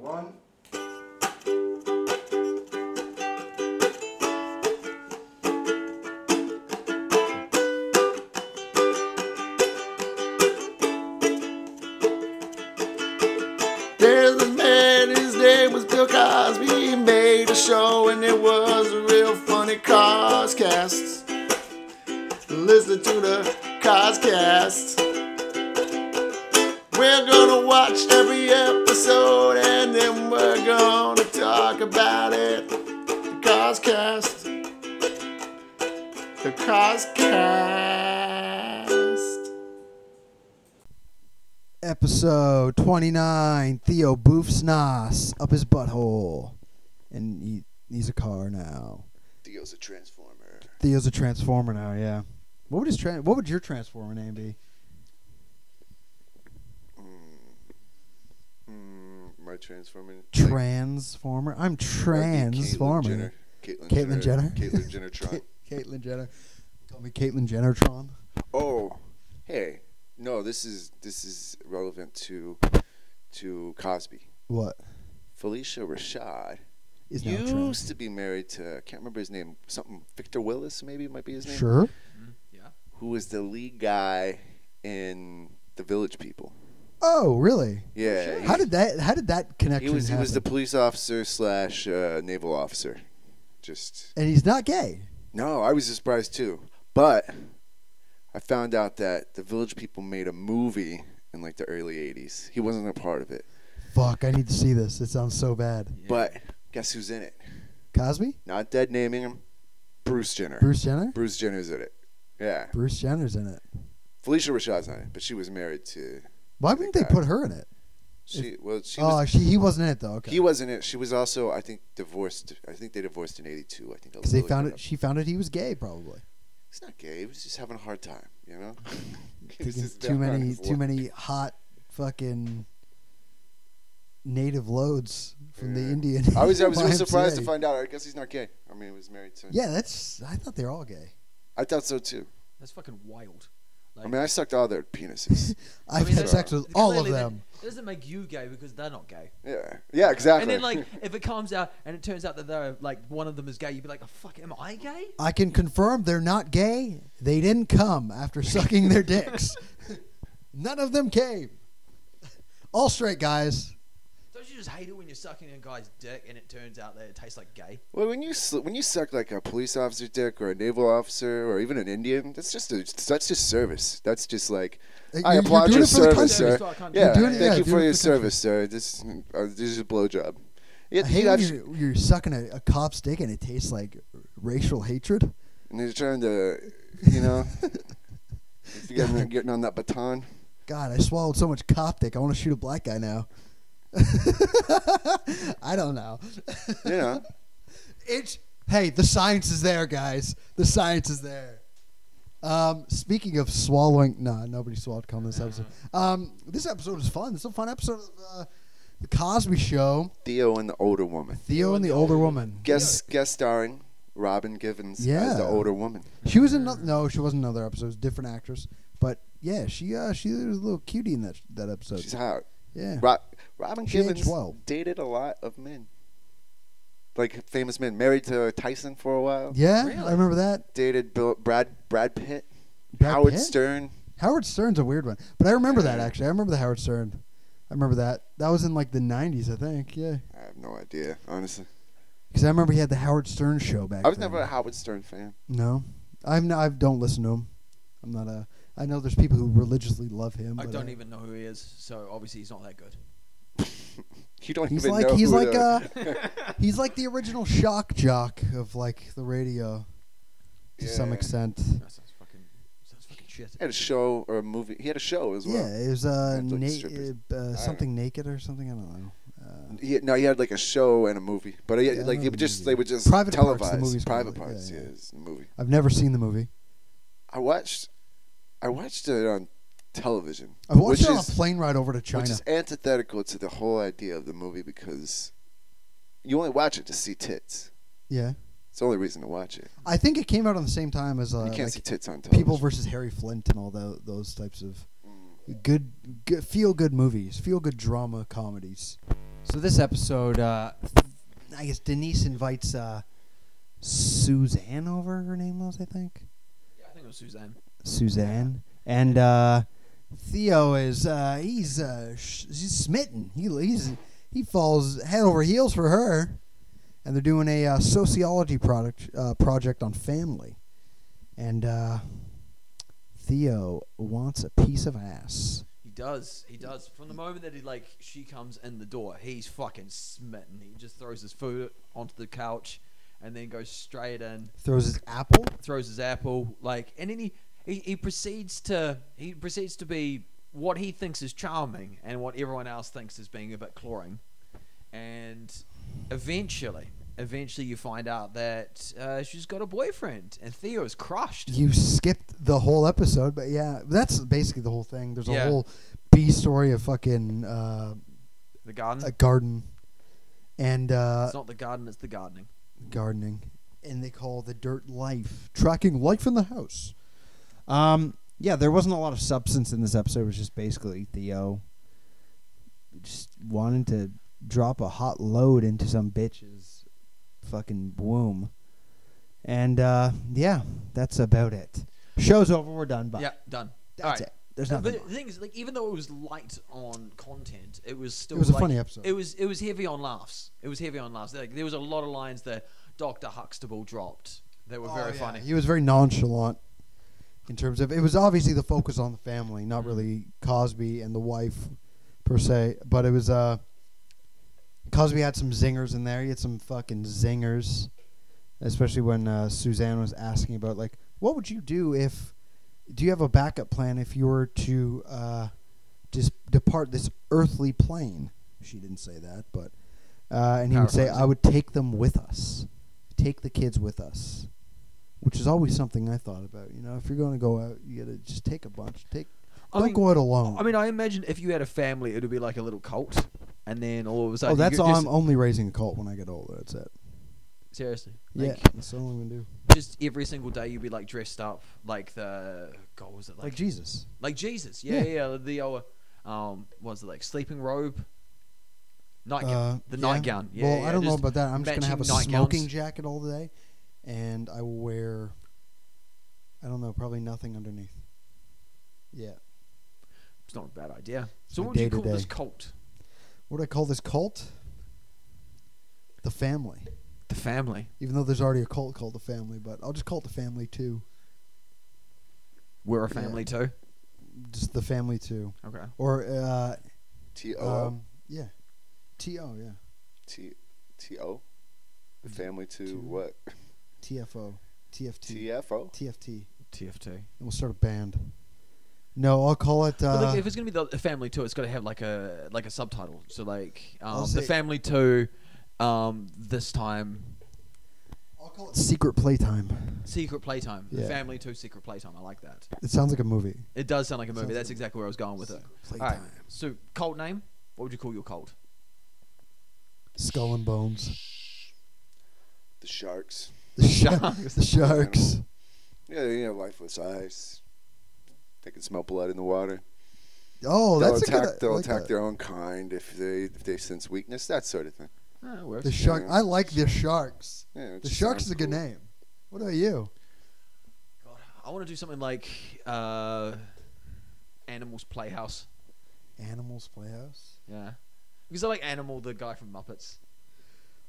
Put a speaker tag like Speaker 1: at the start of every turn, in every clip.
Speaker 1: one.
Speaker 2: There's this man, his name was Bill Cosby. He made a show and it was a real funny Coscast. Listen to the Coscast. We're gonna watch every episode and then we're gonna talk about it. The Coscast. The Coscast.
Speaker 1: Episode 29 Theo boofs Nas up his butthole. And he, he's a car now.
Speaker 2: Theo's a transformer.
Speaker 1: Theo's a transformer now, yeah. What would his tran what would your transformer name be?
Speaker 2: Mm, my transforming. like,
Speaker 1: Transformer. I'm
Speaker 2: that'd be Caitlyn
Speaker 1: transformer.
Speaker 2: Jenner. Caitlyn
Speaker 1: Caitlyn Jenner?
Speaker 2: Caitlyn Jenner Tron.
Speaker 1: Caitlyn Jenner. Call me Caitlyn Jennertron.
Speaker 2: Oh, hey, no, this is this is relevant to to Cosby.
Speaker 1: What?
Speaker 2: Felicia Rashad
Speaker 1: Is now
Speaker 2: used
Speaker 1: trans.
Speaker 2: to be married to I can't remember his name, something Victor Willis maybe might be his name,
Speaker 1: Sure.
Speaker 2: who was the lead guy in The Village People.
Speaker 1: Oh, really?
Speaker 2: Yeah, he-
Speaker 1: How did that how did that
Speaker 2: he
Speaker 1: connection
Speaker 2: was he was the
Speaker 1: happen?
Speaker 2: police officer slash uh, naval officer. Just
Speaker 1: and he's not gay.
Speaker 2: No, I was surprised too. But I found out that the Village People made a movie in like the early 80s. He wasn't a part of it.
Speaker 1: Fuck, I need to see this. It sounds so bad.
Speaker 2: But guess who's in it?
Speaker 1: Cosby?
Speaker 2: Not dead naming him. Bruce Jenner. Bruce,
Speaker 1: Bruce Jenner?
Speaker 2: Jenner's in it. Yeah.
Speaker 1: Bruce Jenner's in it.
Speaker 2: Felicia Rashad's not in it, but she was married to.
Speaker 1: Why wouldn't they put her in it?
Speaker 2: She well, she
Speaker 1: oh,
Speaker 2: was.
Speaker 1: she, he wasn't in it though.
Speaker 2: He
Speaker 1: Okay.
Speaker 2: was in it. She was also, I think, divorced. I think they divorced in '82. I think I
Speaker 1: Because they
Speaker 2: looked
Speaker 1: found
Speaker 2: up.
Speaker 1: it. She found it. He was gay, probably.
Speaker 2: He's not gay. He was just having a hard time, you know. He was
Speaker 1: Taking
Speaker 2: just
Speaker 1: too
Speaker 2: down on
Speaker 1: many,
Speaker 2: his
Speaker 1: too
Speaker 2: luck.
Speaker 1: many hot fucking native loads from the
Speaker 2: Yeah.
Speaker 1: Indian.
Speaker 2: I was I was real
Speaker 1: YMCA.
Speaker 2: surprised to find out. I guess he's not gay. I mean, he was married to.
Speaker 1: Yeah, that's. I thought they were all gay.
Speaker 2: I thought so too.
Speaker 3: That's fucking wild.
Speaker 2: I mean, I sucked all their penises.
Speaker 1: I've
Speaker 3: mean,
Speaker 1: had
Speaker 3: that's-
Speaker 1: sex with all of
Speaker 3: clearly that-
Speaker 1: them.
Speaker 3: It doesn't make you gay because they're not gay.
Speaker 2: yeah, yeah, exactly.
Speaker 3: And then, like, if it comes out and it turns out that they're like one of them is gay, you'd be like, oh, "Fuck, am I gay?"
Speaker 1: I can confirm they're not gay. They didn't come after sucking their dicks. None of them came. All straight guys.
Speaker 3: Don't you just hate it when you're sucking a guy's dick and it turns out that it tastes like gay?
Speaker 2: well, when you sl- when you suck like a police officer dick or a naval officer or even an Indian, that's just a, that's just service. That's just like
Speaker 1: Uh,
Speaker 2: I
Speaker 1: you're-
Speaker 2: applaud
Speaker 1: you're doing
Speaker 2: your
Speaker 1: it for the
Speaker 2: service,
Speaker 1: country.
Speaker 2: sir.
Speaker 3: You're doing
Speaker 2: Yeah, thank
Speaker 1: yeah,
Speaker 3: it-
Speaker 1: doing
Speaker 2: you
Speaker 1: it for
Speaker 2: for
Speaker 1: the
Speaker 2: your
Speaker 1: country.
Speaker 2: service, sir. This uh, this is a blowjob. It,
Speaker 1: I hate
Speaker 2: you
Speaker 1: when
Speaker 2: actually-
Speaker 1: you're, you're sucking a, a cop's dick and it tastes like racial hatred.
Speaker 2: and they're trying to, you know, if you're getting, getting on that baton.
Speaker 1: God, I swallowed so much cop dick. I want to shoot a black guy now. I don't know.
Speaker 2: You know.
Speaker 1: It's hey, the science is there, guys. The science is there. Um, speaking of swallowing, no, nobody swallowed cum this episode. Um, this episode is fun. It's a fun episode of uh, the Cosby Show.
Speaker 2: Theo and the older woman.
Speaker 1: Theo and the older woman.
Speaker 2: Guest guest starring Robin Givens as
Speaker 1: Yeah.
Speaker 2: the older woman.
Speaker 1: She was in another. No, she wasn't in another episode. It was a different actress. But yeah, she uh, she was a little cutie in that that episode.
Speaker 2: She's hot.
Speaker 1: yeah.
Speaker 2: Rob, Robin
Speaker 1: She aged
Speaker 2: Givens
Speaker 1: well.
Speaker 2: dated a lot of men, like famous men. Married to Tyson for a while.
Speaker 1: Yeah,
Speaker 3: Really?
Speaker 1: I remember that.
Speaker 2: Dated Bill, Brad Brad Pitt,
Speaker 1: Brad
Speaker 2: Howard
Speaker 1: Pitt?
Speaker 2: Stern.
Speaker 1: Howard Stern's a weird one, but I remember that actually. I remember the Howard Stern. I remember that. That was in like the '90s, I think. Yeah,
Speaker 2: I have no idea, honestly.
Speaker 1: because I remember he had the Howard Stern show back.
Speaker 2: I was
Speaker 1: then.
Speaker 2: never a Howard Stern fan.
Speaker 1: No, I'm. Not, I don't listen to him. I'm not a. I know there's people who religiously love him.
Speaker 3: I
Speaker 1: but
Speaker 3: don't even know who he is, so obviously he's not that good.
Speaker 2: You don't
Speaker 1: He's
Speaker 2: even
Speaker 1: like
Speaker 2: know.
Speaker 1: he's
Speaker 2: who
Speaker 1: like
Speaker 2: the-
Speaker 1: uh he's like the original shock jock of like the radio to some
Speaker 2: Yeah.
Speaker 1: extent.
Speaker 3: That sounds fucking, sounds fucking shit.
Speaker 2: He had a show or a movie. He had a show as well.
Speaker 1: Yeah, it was uh,
Speaker 2: That's like strippers.
Speaker 1: na- uh
Speaker 2: know.
Speaker 1: something naked or something. I don't know. Uh,
Speaker 2: He had, no, he had like a show and a movie, but he,
Speaker 1: Yeah, I
Speaker 2: like
Speaker 1: know
Speaker 2: he
Speaker 1: the
Speaker 2: would just
Speaker 1: movie.
Speaker 2: they would just
Speaker 1: Private Parts, the
Speaker 2: televise
Speaker 1: movie's
Speaker 2: private
Speaker 1: called, yeah,
Speaker 2: parts.
Speaker 1: yeah.
Speaker 2: Yeah, it's a movie.
Speaker 1: I've never seen the movie.
Speaker 2: I watched, I watched it on television.
Speaker 1: I watched
Speaker 2: which
Speaker 1: it on
Speaker 2: is-
Speaker 1: a plane ride over to China.
Speaker 2: Which is antithetical to the whole idea of the movie because you only watch it to see tits.
Speaker 1: yeah,
Speaker 2: It's the only reason to watch it.
Speaker 1: I think it came out on the same time as uh,
Speaker 2: you can't
Speaker 1: like
Speaker 2: see tits on television. Mm,
Speaker 1: People versus Harry Flint and all tho- those types of good, good feel good movies, feel good drama comedies. So this episode, uh, I guess Denise invites uh, Suzanne over. Her name was, I think,
Speaker 3: Yeah, I think it was Suzanne.
Speaker 1: Suzanne. And uh, Theo is uh, he's uh, sh- he's smitten. He he's, he falls head over heels for her. And they're doing a uh, sociology product uh, project on family, and uh, Theo wants a piece of ass.
Speaker 3: He does. He does. From the moment that he like she comes in the door, he's fucking smitten. He just throws his food onto the couch, and then goes straight in,
Speaker 1: Throws his apple.
Speaker 3: throws his apple, like, and then he he, he proceeds to he proceeds to be what he thinks is charming and what everyone else thinks is being a bit cloying, and eventually. Eventually, you find out that uh, she's got a boyfriend, and Theo is crushed.
Speaker 1: You skipped the whole episode, but yeah, that's basically the whole thing. There's a
Speaker 3: Yeah.
Speaker 1: whole B story of fucking uh,
Speaker 3: The garden.
Speaker 1: a garden and uh,
Speaker 3: Mm. it's not the garden; it's the gardening.
Speaker 1: gardening, and they call the dirt life tracking life in the house. Um, yeah, there wasn't a lot of substance in this episode. It was just basically Theo just wanting to drop a hot load into some bitch's fucking womb, and uh, yeah, that's about it. Show's over. We're done. Bye.
Speaker 3: yeah, done.
Speaker 1: That's
Speaker 3: All right.
Speaker 1: it. There's
Speaker 3: Uh,
Speaker 1: nothing.
Speaker 3: But
Speaker 1: more.
Speaker 3: the thing is, like, even though it was light on content, it was still
Speaker 1: It was a
Speaker 3: like-
Speaker 1: funny episode.
Speaker 3: It was it was heavy on laughs. It was heavy on laughs. Like, there was a lot of lines that Doctor Huxtable dropped that were very
Speaker 1: Oh, yeah.
Speaker 3: funny.
Speaker 1: He was very nonchalant in terms of it was obviously the focus on the family, not really Cosby and the wife per se, but it was uh Cosby had some zingers in there. He had some fucking zingers, especially when uh, Suzanne was asking about like, what would you do if? Do you have a backup plan if you were to uh, just depart this earthly plane? She didn't say that, but uh, and he would say,
Speaker 3: Paraphrasing.
Speaker 1: I would take them with us, take the kids with us, which is always something I thought about. You know, if you're going to go out, you gotta just take a bunch. Take
Speaker 3: I
Speaker 1: don't
Speaker 3: mean-
Speaker 1: go out alone.
Speaker 3: Oh. I mean, I imagine if you had a family, it would be like a little cult, and then all of a sudden,
Speaker 1: oh,
Speaker 3: you
Speaker 1: that's
Speaker 3: could
Speaker 1: all.
Speaker 3: just-
Speaker 1: I'm only raising a cult when I get older. That's it.
Speaker 3: seriously.
Speaker 1: Yeah,
Speaker 3: Like,
Speaker 1: that's all I'm gonna do.
Speaker 3: Just every single day, you'd be like dressed up like the God what was it
Speaker 1: Like, Jesus.
Speaker 3: Like Jesus, yeah,
Speaker 1: Yeah.
Speaker 3: yeah. the old, um, what was it like sleeping robe,
Speaker 1: Uh,
Speaker 3: nightgown, the
Speaker 1: yeah.
Speaker 3: nightgown. Yeah,
Speaker 1: well,
Speaker 3: yeah,
Speaker 1: I don't know
Speaker 3: just
Speaker 1: about that. I'm just gonna have a
Speaker 3: matching nightgowns.
Speaker 1: smoking jacket all day, and I will wear. I don't know, probably nothing underneath. Yeah.
Speaker 3: It's not a bad idea. So
Speaker 1: my
Speaker 3: what would you call
Speaker 1: day-to-day.
Speaker 3: this cult?
Speaker 1: What do I call this cult? The family.
Speaker 3: The family.
Speaker 1: Even though there's already a cult called the family, but I'll just call it the family too.
Speaker 3: We're a
Speaker 1: Yeah.
Speaker 3: family too.
Speaker 1: Just the family too,
Speaker 3: Okay.
Speaker 1: or uh,
Speaker 2: T O
Speaker 1: um, yeah, T O yeah,
Speaker 2: T T O. The family to
Speaker 1: Two.
Speaker 2: what?
Speaker 1: T F O, T F T,
Speaker 2: T F O.
Speaker 1: T F T, and
Speaker 3: TFT.
Speaker 1: we'll start a band. No, I'll call it. Uh,
Speaker 3: Well, look, if it's gonna be the the family too, it's gotta have like a like a subtitle. So like
Speaker 1: I'll
Speaker 3: um, the
Speaker 1: say-
Speaker 3: family too, um, this time
Speaker 1: I'll call it Secret Playtime.
Speaker 3: secret playtime. The
Speaker 1: Yeah.
Speaker 3: family too, secret playtime. I like that.
Speaker 1: It sounds like a movie.
Speaker 3: It does sound like a
Speaker 1: Sounds
Speaker 3: movie.
Speaker 1: like
Speaker 3: That's
Speaker 1: a-
Speaker 3: exactly where I was going with it. All right.
Speaker 1: Playtime.
Speaker 3: So cult name. What would you call your cult?
Speaker 1: Skull and Bones.
Speaker 2: The sharks.
Speaker 1: The
Speaker 3: Sharks.
Speaker 1: sharks. the sharks.
Speaker 2: Yeah, you know, lifeless eyes. They can smell blood in the water.
Speaker 1: Oh,
Speaker 2: they'll
Speaker 1: that's a
Speaker 2: attack.
Speaker 1: good. I
Speaker 2: they'll
Speaker 1: like
Speaker 2: attack
Speaker 1: that.
Speaker 2: their own kind if they if they sense weakness. That sort of thing.
Speaker 3: Ah, it works.
Speaker 1: The shark.
Speaker 2: Yeah.
Speaker 1: I like the sharks.
Speaker 2: Yeah, it
Speaker 1: The
Speaker 2: just
Speaker 1: sharks
Speaker 2: sounds
Speaker 1: is a good
Speaker 2: cool.
Speaker 1: name. What about you?
Speaker 3: God, I want to do something like uh, Animals Playhouse.
Speaker 1: Animals Playhouse.
Speaker 3: Yeah. Because I like Animal, the guy from Muppets,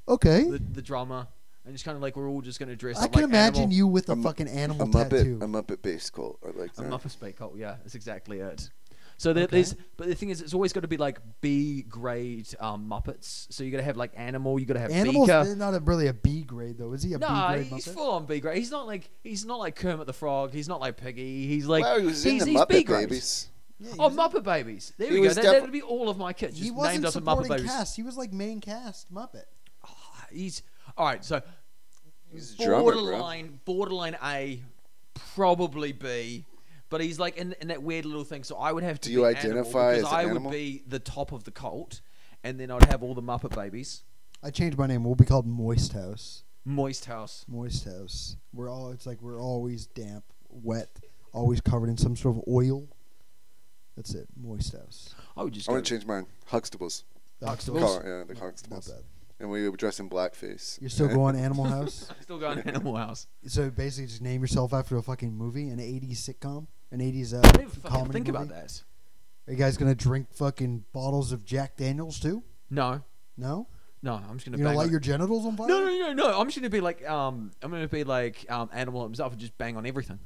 Speaker 1: Okay.
Speaker 3: the, the drummer, and just kind of like we're all just going to dress
Speaker 1: I
Speaker 3: up
Speaker 1: can
Speaker 3: like
Speaker 1: imagine
Speaker 3: Animal.
Speaker 1: you with a,
Speaker 2: A mu-
Speaker 1: fucking animal
Speaker 2: A
Speaker 1: tattoo.
Speaker 2: Muppet, a Muppet based cult. I like
Speaker 3: A
Speaker 2: that.
Speaker 3: Muppet Spate Cult, yeah, that's exactly it. So there,
Speaker 1: Okay.
Speaker 3: there's, but the thing is, it's always got to be like B grade um, Muppets. So you got to have like Animal, you got to have
Speaker 1: Animals,
Speaker 3: Beaker.
Speaker 1: they're not a, really a B grade though. Is he a B
Speaker 3: No,
Speaker 1: grade
Speaker 3: he's
Speaker 1: Muppet?
Speaker 3: full on B grade. He's not like he's not like Kermit the Frog. He's not like Piggy. He's like
Speaker 2: well, he was
Speaker 3: he's,
Speaker 2: in the
Speaker 3: he's B
Speaker 2: Muppet
Speaker 3: grade.
Speaker 2: Babies.
Speaker 1: Yeah, he
Speaker 3: Oh,
Speaker 1: was-
Speaker 3: Muppet Babies. There
Speaker 2: He
Speaker 3: we go.
Speaker 2: was
Speaker 3: That,
Speaker 2: def-
Speaker 3: that'd be all of my kids.
Speaker 1: He
Speaker 3: Just
Speaker 1: wasn't
Speaker 3: named after Muppet
Speaker 1: supporting
Speaker 3: Babies.
Speaker 1: cast. He was like main cast Muppet.
Speaker 3: Ah, He's all right. So
Speaker 2: He's a drummer, bro.
Speaker 3: borderline, borderline A, probably B, but he's like in, in that weird little thing. So I would have to.
Speaker 2: Do you
Speaker 3: be
Speaker 2: identify
Speaker 3: animal
Speaker 2: as
Speaker 3: because
Speaker 2: an
Speaker 3: I
Speaker 2: animal?
Speaker 3: would be the top of the cult, and then I'd have all the Muppet babies.
Speaker 1: I changed my name. We'll be called Moist House.
Speaker 3: Moist House.
Speaker 1: Moist House. We're all. It's like we're always damp, wet, always covered in some sort of oil. That's it. Moist House.
Speaker 3: I would just.
Speaker 2: I
Speaker 3: Go,
Speaker 2: want to change mine. Huxtables.
Speaker 1: Constables.
Speaker 2: Car, yeah, the
Speaker 1: Not
Speaker 2: constables.
Speaker 1: bad.
Speaker 2: And we were dressed in blackface.
Speaker 1: You're still going Animal House.
Speaker 3: Still going Animal House.
Speaker 1: So basically, just name yourself after a fucking movie, an '80s sitcom, an '80s uh,
Speaker 3: I didn't fucking
Speaker 1: comedy
Speaker 3: think
Speaker 1: movie.
Speaker 3: about that.
Speaker 1: Are you guys gonna drink fucking bottles of Jack Daniels too?
Speaker 3: No,
Speaker 1: No.
Speaker 3: no, I'm just gonna.
Speaker 1: You gonna
Speaker 3: bang
Speaker 1: light
Speaker 3: on-
Speaker 1: your genitals on fire?
Speaker 3: no, no, no, no. I'm just gonna be like, um, I'm gonna be like, um, Animal himself and just bang on everything.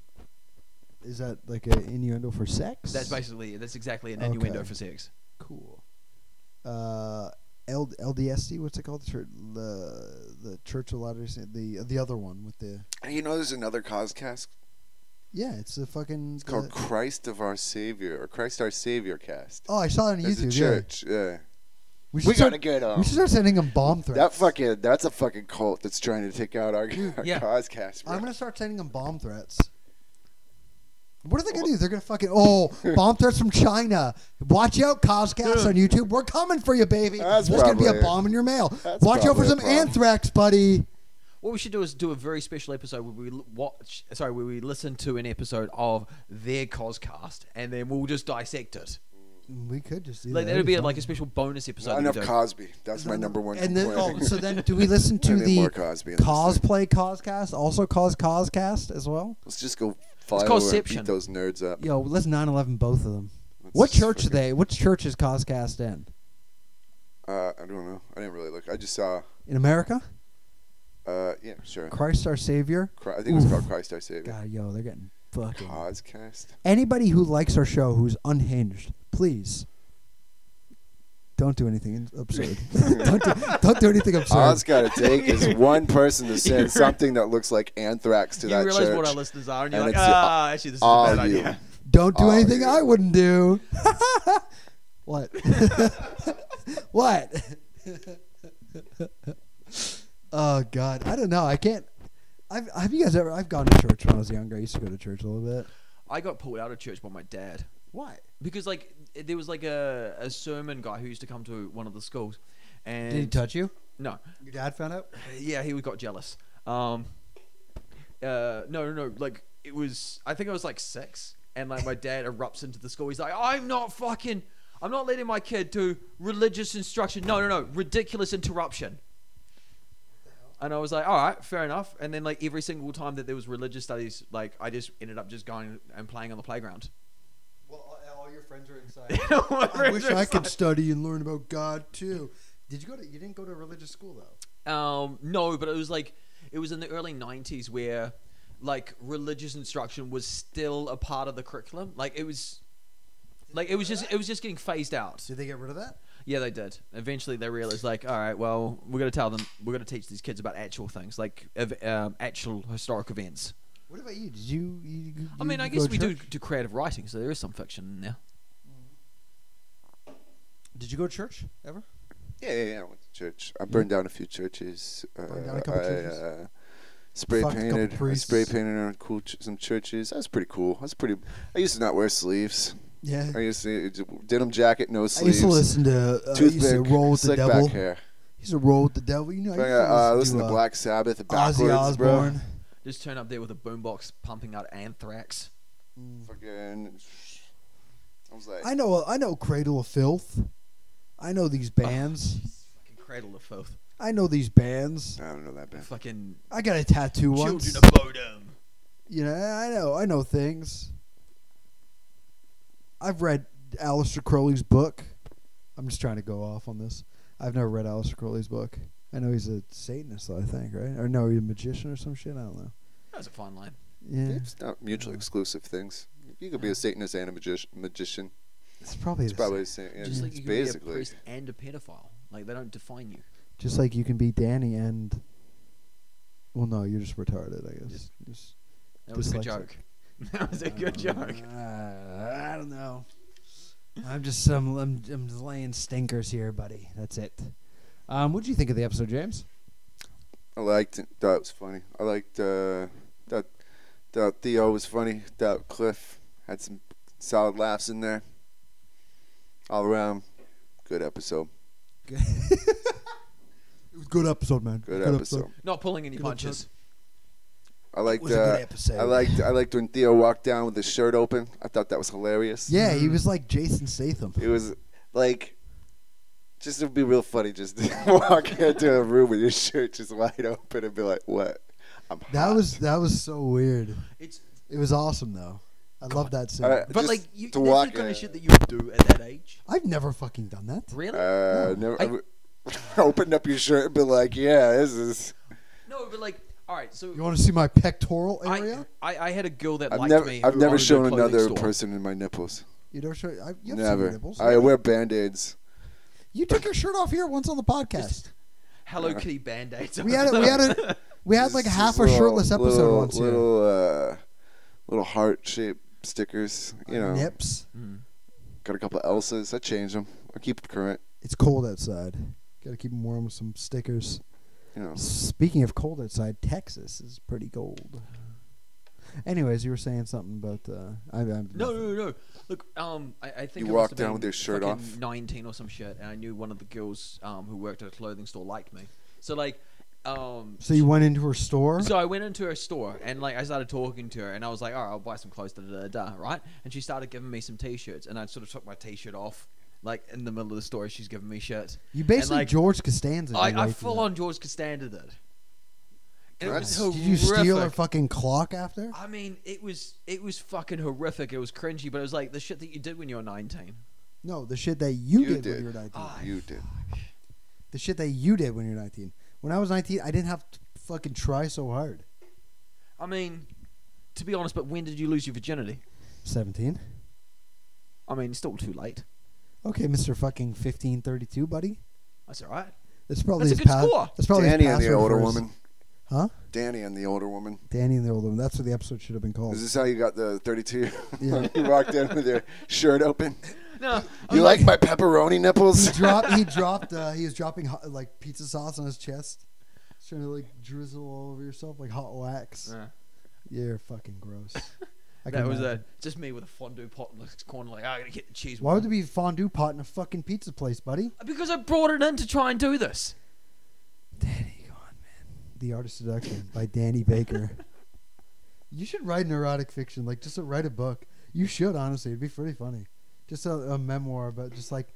Speaker 1: Is that like an innuendo for sex?
Speaker 3: That's basically that's exactly an
Speaker 1: Okay.
Speaker 3: innuendo for sex.
Speaker 1: cool. Uh, L- LDSC, what's it called? The church, the, the Church of Latter the uh, the other one with the
Speaker 2: And you know, there's another coscast.
Speaker 1: yeah, it's the fucking. uh,
Speaker 2: It's called
Speaker 1: the-
Speaker 2: Christ of Our Savior or Christ Our Savior cast.
Speaker 1: oh, I saw it on
Speaker 2: There's
Speaker 1: YouTube.
Speaker 2: a
Speaker 1: Yeah.
Speaker 2: church. Yeah.
Speaker 1: We should
Speaker 2: We
Speaker 1: start,
Speaker 2: gotta get
Speaker 1: we
Speaker 2: um.
Speaker 1: should start sending them bomb threats.
Speaker 2: That fucking that's a fucking cult that's trying to take out our, our
Speaker 3: yeah.
Speaker 2: coscast. Bro.
Speaker 1: I'm gonna start sending them bomb threats. What are they gonna do? They're gonna fucking oh bomb threats from China. Watch out, Coscast on YouTube. We're coming for you, baby.
Speaker 2: That's
Speaker 1: There's gonna be
Speaker 2: probably
Speaker 1: a
Speaker 2: it.
Speaker 1: bomb in your mail.
Speaker 2: That's
Speaker 1: Watch out for
Speaker 2: probably a
Speaker 1: some
Speaker 2: problem.
Speaker 1: anthrax, buddy.
Speaker 3: What we should do is do a very special episode where we l- watch, sorry, where we listen to an episode of their Coscast, and then we'll just dissect it.
Speaker 1: We could just do
Speaker 3: Like
Speaker 1: that.
Speaker 3: that'd be like a
Speaker 1: fun.
Speaker 3: special bonus episode.
Speaker 2: Not
Speaker 3: that we
Speaker 2: enough
Speaker 3: do.
Speaker 2: Cosby. That's my number one.
Speaker 1: And then oh,
Speaker 2: complaint.
Speaker 1: so then do we listen
Speaker 2: I
Speaker 1: to
Speaker 2: need
Speaker 1: the
Speaker 2: more Cosby in this thing.
Speaker 1: cosplay Coscast? Also, cause Coscast as well.
Speaker 2: Let's just go fly
Speaker 3: It's
Speaker 2: over and
Speaker 3: Cosception.
Speaker 2: beat those nerds up.
Speaker 1: Yo, let's 9/11 both of them.
Speaker 2: Let's
Speaker 1: What
Speaker 2: just
Speaker 1: church
Speaker 2: fucking-
Speaker 1: they? What church is Coscast in?
Speaker 2: Uh, I don't know. I didn't really look. I just saw.
Speaker 1: In America,
Speaker 2: Uh, yeah, sure.
Speaker 1: Christ our Savior.
Speaker 2: Cri- I think it was
Speaker 1: Oof.
Speaker 2: called Christ Our Savior.
Speaker 1: God, yo, they're getting fucking.
Speaker 2: Coscast.
Speaker 1: Anybody who likes our show who's unhinged, please don't do anything absurd. don't, do, don't do anything absurd.
Speaker 2: All it's got to take is one person to send something that looks like anthrax to
Speaker 3: You
Speaker 2: that
Speaker 3: realize
Speaker 2: church.
Speaker 3: what our listeners are, and you're
Speaker 2: And
Speaker 3: like,
Speaker 2: it's, uh,
Speaker 3: ah, actually, this is
Speaker 2: all
Speaker 3: a bad
Speaker 2: you.
Speaker 3: idea.
Speaker 1: don't do
Speaker 2: Oh,
Speaker 1: anything
Speaker 2: yeah.
Speaker 1: I wouldn't do. what? what? oh God, I don't know. I can't. I've, have you guys ever? I've gone to church when I was younger. I used to go to church a little bit.
Speaker 3: I got pulled out of church by my dad.
Speaker 1: What?
Speaker 3: because like there was like a, a sermon guy who used to come to one of the schools, and
Speaker 1: Did he touch you?
Speaker 3: no,
Speaker 1: Your dad found out.
Speaker 3: yeah, he got jealous. Um, uh, no, no, no, like it was. I think I was like six, and like my dad erupts into the school. He's like, "I'm not fucking, I'm not letting my kid do religious instruction. No, no, no, ridiculous interruption." And I was like, all right, fair enough. And then, like, every single time that there was religious studies, like, I just ended up just going and playing on the playground.
Speaker 1: Well, all your friends are inside. I wish I could study and learn about God too. Did you go to? You didn't go to religious school though.
Speaker 3: Um, no, but it was like it was in the early '90s where like religious instruction was still a part of the curriculum. Like it was, like it was just it was just getting phased out.
Speaker 1: Did they get rid of that?
Speaker 3: Yeah, they did. Eventually, they realized like, all right, well, we're gonna tell them we're gonna teach these kids about actual things, like ev- um, actual historic events.
Speaker 1: What about you? Did you? you, you
Speaker 3: I mean,
Speaker 1: you
Speaker 3: I
Speaker 1: go
Speaker 3: guess
Speaker 1: to
Speaker 3: we do
Speaker 1: church?
Speaker 3: do creative writing, so there is some fiction in there.
Speaker 1: Did you go to church ever?
Speaker 2: Yeah, yeah, yeah. I went to church. I burned down a few churches. Uh,
Speaker 1: Burned down a couple
Speaker 2: I,
Speaker 1: churches?
Speaker 2: Uh, spray
Speaker 1: Fucked a couple
Speaker 2: painted. I
Speaker 1: priests?
Speaker 2: spray painted on cool ch- some churches. That's pretty cool. That's pretty. I used to not wear sleeves.
Speaker 1: Yeah.
Speaker 2: I used to uh, denim jacket, no
Speaker 1: I used
Speaker 2: sleeves.
Speaker 1: to listen to. Uh, I used to
Speaker 2: Toothpick,
Speaker 1: roll with the
Speaker 2: slick
Speaker 1: devil.
Speaker 2: back hair.
Speaker 1: He's a roll with the devil. You know. I
Speaker 2: Fucking,
Speaker 1: used
Speaker 2: uh,
Speaker 1: listen
Speaker 2: listen to
Speaker 1: uh,
Speaker 2: Black Sabbath backwards,
Speaker 1: Ozzy
Speaker 2: bro.
Speaker 1: Osbourne.
Speaker 3: Just turn up there with a boombox pumping out anthrax.
Speaker 2: Fucking. I was like,
Speaker 1: I know. uh, I know Cradle of Filth. I know these bands.
Speaker 3: Fucking cradle of filth.
Speaker 1: I know these bands.
Speaker 2: I don't know that band.
Speaker 3: Fucking
Speaker 1: I got a tattoo once.
Speaker 3: children of Bodom.
Speaker 1: You know, I know, I know things. I've read Aleister Crowley's book. I'm just trying to go off on this. I've never read Aleister Crowley's book. I know he's a Satanist, though, I think, right? Or no, he's a magician or some shit. I don't know.
Speaker 3: That was a fine line.
Speaker 1: Yeah,
Speaker 2: It's not mutually exclusive things. You could be a Satanist and a magi- magician.
Speaker 1: it's probably
Speaker 2: It's
Speaker 1: the
Speaker 2: probably
Speaker 1: same.
Speaker 2: the same. Yeah,
Speaker 3: Just like
Speaker 2: it's
Speaker 3: you can be a
Speaker 2: basically.
Speaker 3: priest and a pedophile. Like they don't define you.
Speaker 1: just like you can be Danny and. Well, no, you're just retarded, I guess.
Speaker 3: Just-
Speaker 1: Just-
Speaker 3: That was a good
Speaker 1: Dyslexic.
Speaker 3: joke. That was a good joke.
Speaker 1: Uh, I don't know. I'm just some. I'm, I'm just laying stinkers here, buddy. That's it. Um, what do you think of the episode, James?
Speaker 2: I liked it. Thought it was funny. I liked uh, that. Thought Theo was funny. Thought Cliff had some solid laughs in there. All around, good episode.
Speaker 1: Good. it was a good episode, man.
Speaker 2: Good, episode.
Speaker 3: Not pulling any
Speaker 1: Good
Speaker 3: punches.
Speaker 2: I liked.
Speaker 1: was a good
Speaker 2: uh,
Speaker 1: episode.
Speaker 2: I liked. I liked when Theo walked down with his shirt
Speaker 1: Mm-hmm.
Speaker 2: open. I thought that was hilarious.
Speaker 1: Yeah, he was like Jason Statham.
Speaker 2: It was like Just it would be real funny just to walk into a room with your shirt just wide open and be like, "What?" I'm
Speaker 1: That
Speaker 2: hot."
Speaker 1: was that was so weird.
Speaker 3: It's
Speaker 1: It was awesome though. I love that scene.
Speaker 2: Alright.
Speaker 3: but
Speaker 2: Just
Speaker 3: like you,
Speaker 2: to
Speaker 3: that's
Speaker 2: walk,
Speaker 3: the kind
Speaker 2: uh,
Speaker 3: of shit that you would do at that age.
Speaker 1: I've never fucking done that.
Speaker 3: Really? Oh,
Speaker 2: Uh, never.
Speaker 3: I-
Speaker 2: I, opened up your shirt and be like, "Yeah, this is."
Speaker 3: no, but like, all right. So
Speaker 1: You want to see my pectoral
Speaker 3: I,
Speaker 1: area?
Speaker 3: I, I had a girl that
Speaker 2: I've
Speaker 3: liked
Speaker 2: never,
Speaker 3: me.
Speaker 2: I've
Speaker 3: who
Speaker 2: never
Speaker 3: owned a
Speaker 2: shown
Speaker 3: clothing
Speaker 2: another
Speaker 3: store.
Speaker 2: person in my nipples.
Speaker 1: you don't show. I, you've seen my
Speaker 2: never.
Speaker 1: nipples.
Speaker 2: I wear band-aids.
Speaker 1: you took your shirt off here once on the podcast.
Speaker 3: Hello Kitty band aids.
Speaker 1: We had a, we had a, we had like
Speaker 2: Just-
Speaker 1: half
Speaker 2: just
Speaker 1: a
Speaker 2: little-
Speaker 1: shirtless episode
Speaker 2: little,
Speaker 1: once here.
Speaker 2: Little, uh, little heart-shaped stickers. You know,
Speaker 1: Nips.
Speaker 3: Hmm.
Speaker 2: got a couple of Elsas. I change them. I keep it current.
Speaker 1: It's cold outside. Got to keep them warm with some stickers.
Speaker 2: You know,
Speaker 1: Speaking of cold outside, Texas is pretty cold. Anyways, you were saying something about uh, I, I'm
Speaker 3: No, no, no. no. Look, um, I, I
Speaker 2: You
Speaker 3: think I must
Speaker 2: walked
Speaker 3: have
Speaker 2: down
Speaker 3: been
Speaker 2: with your shirt
Speaker 3: fucking
Speaker 2: off?
Speaker 3: nineteen or some shit, and I knew one of the girls um, who worked at a clothing store liked me. So like, um,
Speaker 1: So you went into her store.
Speaker 3: so I went into her store and like I started talking to her, and I was like, all right, I'll buy some clothes, da da da, da right? And she started giving me some t-shirts, and I sort of took my t-shirt off. Like in the middle of the store, she's giving me shirts.
Speaker 1: you
Speaker 3: And,
Speaker 1: basically
Speaker 3: like,
Speaker 1: George Costanza.
Speaker 3: I,
Speaker 1: your
Speaker 3: I
Speaker 1: way through
Speaker 3: full
Speaker 1: that.
Speaker 3: on George Costanza did. And it was
Speaker 2: Nice.
Speaker 1: Did you steal her
Speaker 3: horrific.
Speaker 1: fucking clock after?
Speaker 3: I mean, it was it was fucking horrific. It was cringy, but it was like the shit that you did when you were nineteen.
Speaker 1: No, the shit that you,
Speaker 2: You
Speaker 1: did,
Speaker 2: did.
Speaker 1: when you were 19.
Speaker 3: Ah.
Speaker 2: you did.
Speaker 1: The shit that you did when you were 19. When I was 19, I didn't have to fucking try so hard.
Speaker 3: I mean, to be honest, but when did you lose your virginity?
Speaker 1: 17.
Speaker 3: I mean, it's still too late.
Speaker 1: Okay, Mr. fucking 1532, buddy.
Speaker 3: That's all right.
Speaker 1: That's probably
Speaker 3: That's a
Speaker 1: his
Speaker 3: good
Speaker 1: pa-
Speaker 3: score.
Speaker 1: That's probably his
Speaker 2: Danny and the
Speaker 1: password
Speaker 2: older
Speaker 1: for his-
Speaker 2: woman.
Speaker 1: Huh?
Speaker 2: Danny and the older woman.
Speaker 1: Danny and the older woman. That's what the episode should have been called.
Speaker 2: Is this how you got the 32?
Speaker 1: Oh. Yeah.
Speaker 2: you walked in with your shirt open.
Speaker 3: No,
Speaker 2: You like my pepperoni nipples?
Speaker 1: he dropped. He dropped. Uh, he was dropping hot, like pizza sauce on his chest, He's trying to like drizzle all over yourself like hot wax.
Speaker 3: Uh,
Speaker 1: You're fucking gross. I
Speaker 3: that
Speaker 1: can
Speaker 3: was uh,
Speaker 1: imagine.
Speaker 3: just me with a fondue pot in the corner, like "Ah, I gotta get the cheese.
Speaker 1: Why
Speaker 3: one."
Speaker 1: would there be fondue pot in a fucking pizza place, buddy?
Speaker 3: because I brought it in to try and do this.
Speaker 1: Danny, go on, man. The Art of Seduction by Danny Baker. you should write an erotic fiction, like just write a book. You should honestly, it'd be pretty funny. Just a, a memoir about just like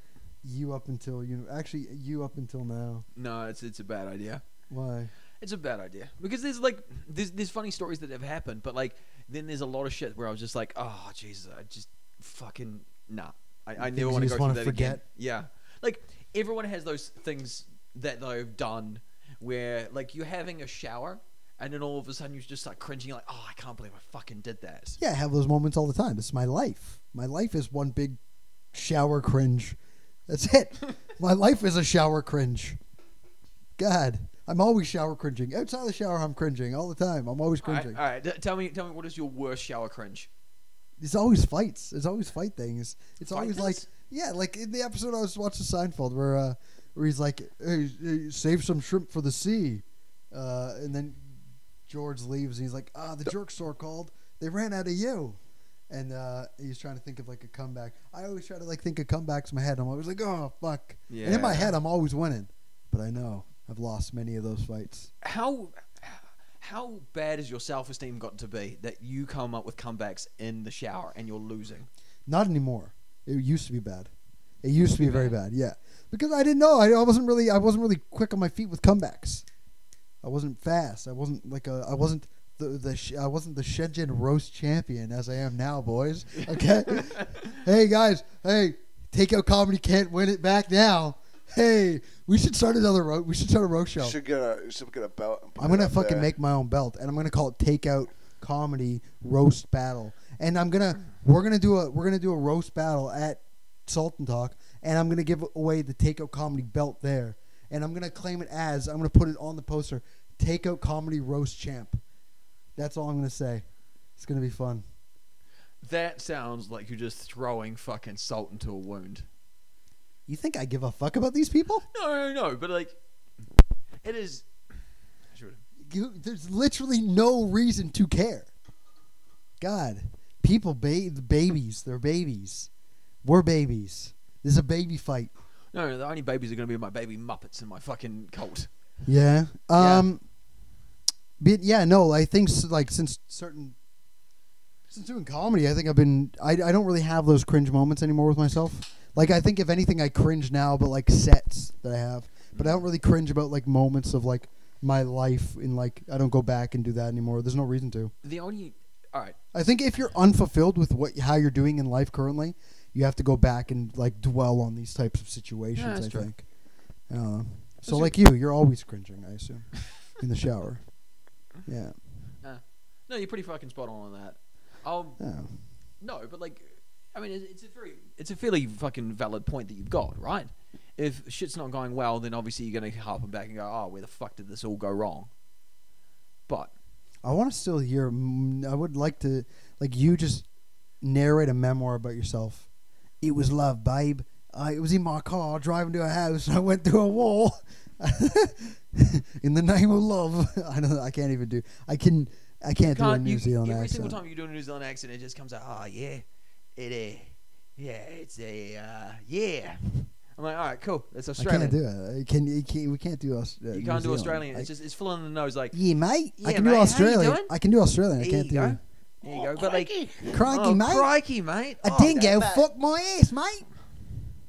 Speaker 1: you up until you know, actually you up until now.
Speaker 3: No, it's it's a bad idea.
Speaker 1: Why?
Speaker 3: It's a bad idea because there's like there's there's funny stories that have happened, but like then there's a lot of shit where I was just like, oh Jesus, I just fucking nah, I, I
Speaker 1: Things
Speaker 3: never
Speaker 1: you
Speaker 3: want to
Speaker 1: just
Speaker 3: go through
Speaker 1: wanna
Speaker 3: that again.
Speaker 1: forget.
Speaker 3: Yeah, like everyone has those things that they've done where like you're having a shower and then all of a sudden you just start cringing like, oh, I can't believe I fucking did that.
Speaker 1: Yeah, I have those moments all the time. It's my life. My life is one big shower cringe. That's it. my life is a shower cringe. God, I'm always shower cringing. Outside the shower, I'm cringing all the time. I'm always
Speaker 3: All right,
Speaker 1: cringing.
Speaker 3: all right, t- tell me, tell me, what is your worst shower cringe?
Speaker 1: It's always fights. There's always fight things. It's
Speaker 3: Fight
Speaker 1: always
Speaker 3: things?
Speaker 1: like yeah, like in the episode I was watching Seinfeld where uh, where he's like, hey, hey, save some shrimp for the sea, uh, and then George leaves and he's like, ah, the jerk store called. They ran out of you. And uh, he's trying to think of like a comeback. I always try to like think of comebacks in my head. I'm always like, oh fuck. And in my
Speaker 3: Yeah.
Speaker 1: head, I'm always winning, but I know I've lost many of those fights.
Speaker 3: How how bad has your self esteem gotten to be that you come up with comebacks in the shower and you're losing?
Speaker 1: Not anymore. It used to be bad. It used to be very bad. Yeah, because I didn't know. I, I wasn't really. I wasn't really quick on my feet with comebacks. I wasn't fast. I wasn't like a. I wasn't the the. sh- I wasn't the Shenzhen roast champion as I am now, boys. Okay. hey guys. Hey, takeout comedy can't win it back now. Hey, we should start another roast. We should start a roast show.
Speaker 2: Should get a should get a belt. and put
Speaker 1: I'm
Speaker 2: it
Speaker 1: gonna
Speaker 2: up
Speaker 1: fucking
Speaker 2: there.
Speaker 1: make my own belt, and I'm gonna call it Takeout Comedy Roast Battle. And I'm gonna we're gonna do a we're gonna do a roast battle at Salt and Talk, and I'm gonna give away the Takeout Comedy belt there, and I'm gonna claim it as I'm gonna put it on the poster, Takeout Comedy Roast Champ. That's all I'm gonna say. It's gonna be fun.
Speaker 3: That sounds like you're just throwing fucking salt into a wound.
Speaker 1: You think I give a fuck about these people?
Speaker 3: No, no, no, but like, it is. Sure.
Speaker 1: You, there's literally no reason to care. God, people, ba- babies, they're babies. We're babies. This is a baby fight.
Speaker 3: No, no, the only babies are going to be my baby Muppets in my fucking cult.
Speaker 1: Yeah.
Speaker 3: Yeah.
Speaker 1: Um. But yeah, no, I think s- like since certain since doing comedy, I think I've been I, I don't really have those cringe moments anymore with myself. Like I think if anything, I cringe now, but like sets that I have. But I don't really cringe about like moments of like my life in like I don't go back and do that anymore. There's no reason to.
Speaker 3: The only. All right.
Speaker 1: I think if you're unfulfilled with what how you're doing in life currently, you have to go back and like dwell on these types of situations.
Speaker 3: Yeah, that's
Speaker 1: I
Speaker 3: true.
Speaker 1: think. Uh, so
Speaker 3: true.
Speaker 1: like you, you're always cringing, I assume, in the shower. Yeah.
Speaker 3: uh, No, you're pretty fucking spot on on that. Um,
Speaker 1: Yeah.
Speaker 3: no, but like, I mean, it's, it's a very, it's a fairly fucking valid point that you've got, right? If shit's not going well, then obviously you're gonna harp back and go, oh, where the fuck did this all go wrong? But
Speaker 1: I want to still hear. mm, I would like to, like you, just narrate a memoir about yourself. It was love, babe. I, it was in my car driving to a house, and I went through a wall. in the name of love, I don't. I can't even do. I can. I can't, do a
Speaker 3: can't
Speaker 1: New
Speaker 3: you,
Speaker 1: Zealand
Speaker 3: every
Speaker 1: accent.
Speaker 3: single time you do a New Zealand accent, it just comes out, oh yeah, it is, yeah, it's a uh, yeah. I'm like, all right, cool, that's
Speaker 1: I can't
Speaker 3: Australian.
Speaker 1: do it. I can, you can't, we can't do Aus- uh,
Speaker 3: You
Speaker 1: New
Speaker 3: can't do
Speaker 1: Zealand.
Speaker 3: Australian.
Speaker 1: I-
Speaker 3: It's just it's full on the nose, like
Speaker 1: yeah, mate. I
Speaker 3: Yeah,
Speaker 1: can do
Speaker 3: mate, how you
Speaker 1: Australian.
Speaker 3: doing?
Speaker 1: I can do Australian. I
Speaker 3: there
Speaker 1: can't
Speaker 3: you
Speaker 1: do.
Speaker 3: go, there you go. But like,
Speaker 1: Crikey,
Speaker 3: oh,
Speaker 1: mate.
Speaker 3: crikey, mate,
Speaker 1: A
Speaker 3: Oh,
Speaker 1: dingo
Speaker 3: that-
Speaker 1: fucked my ass, mate.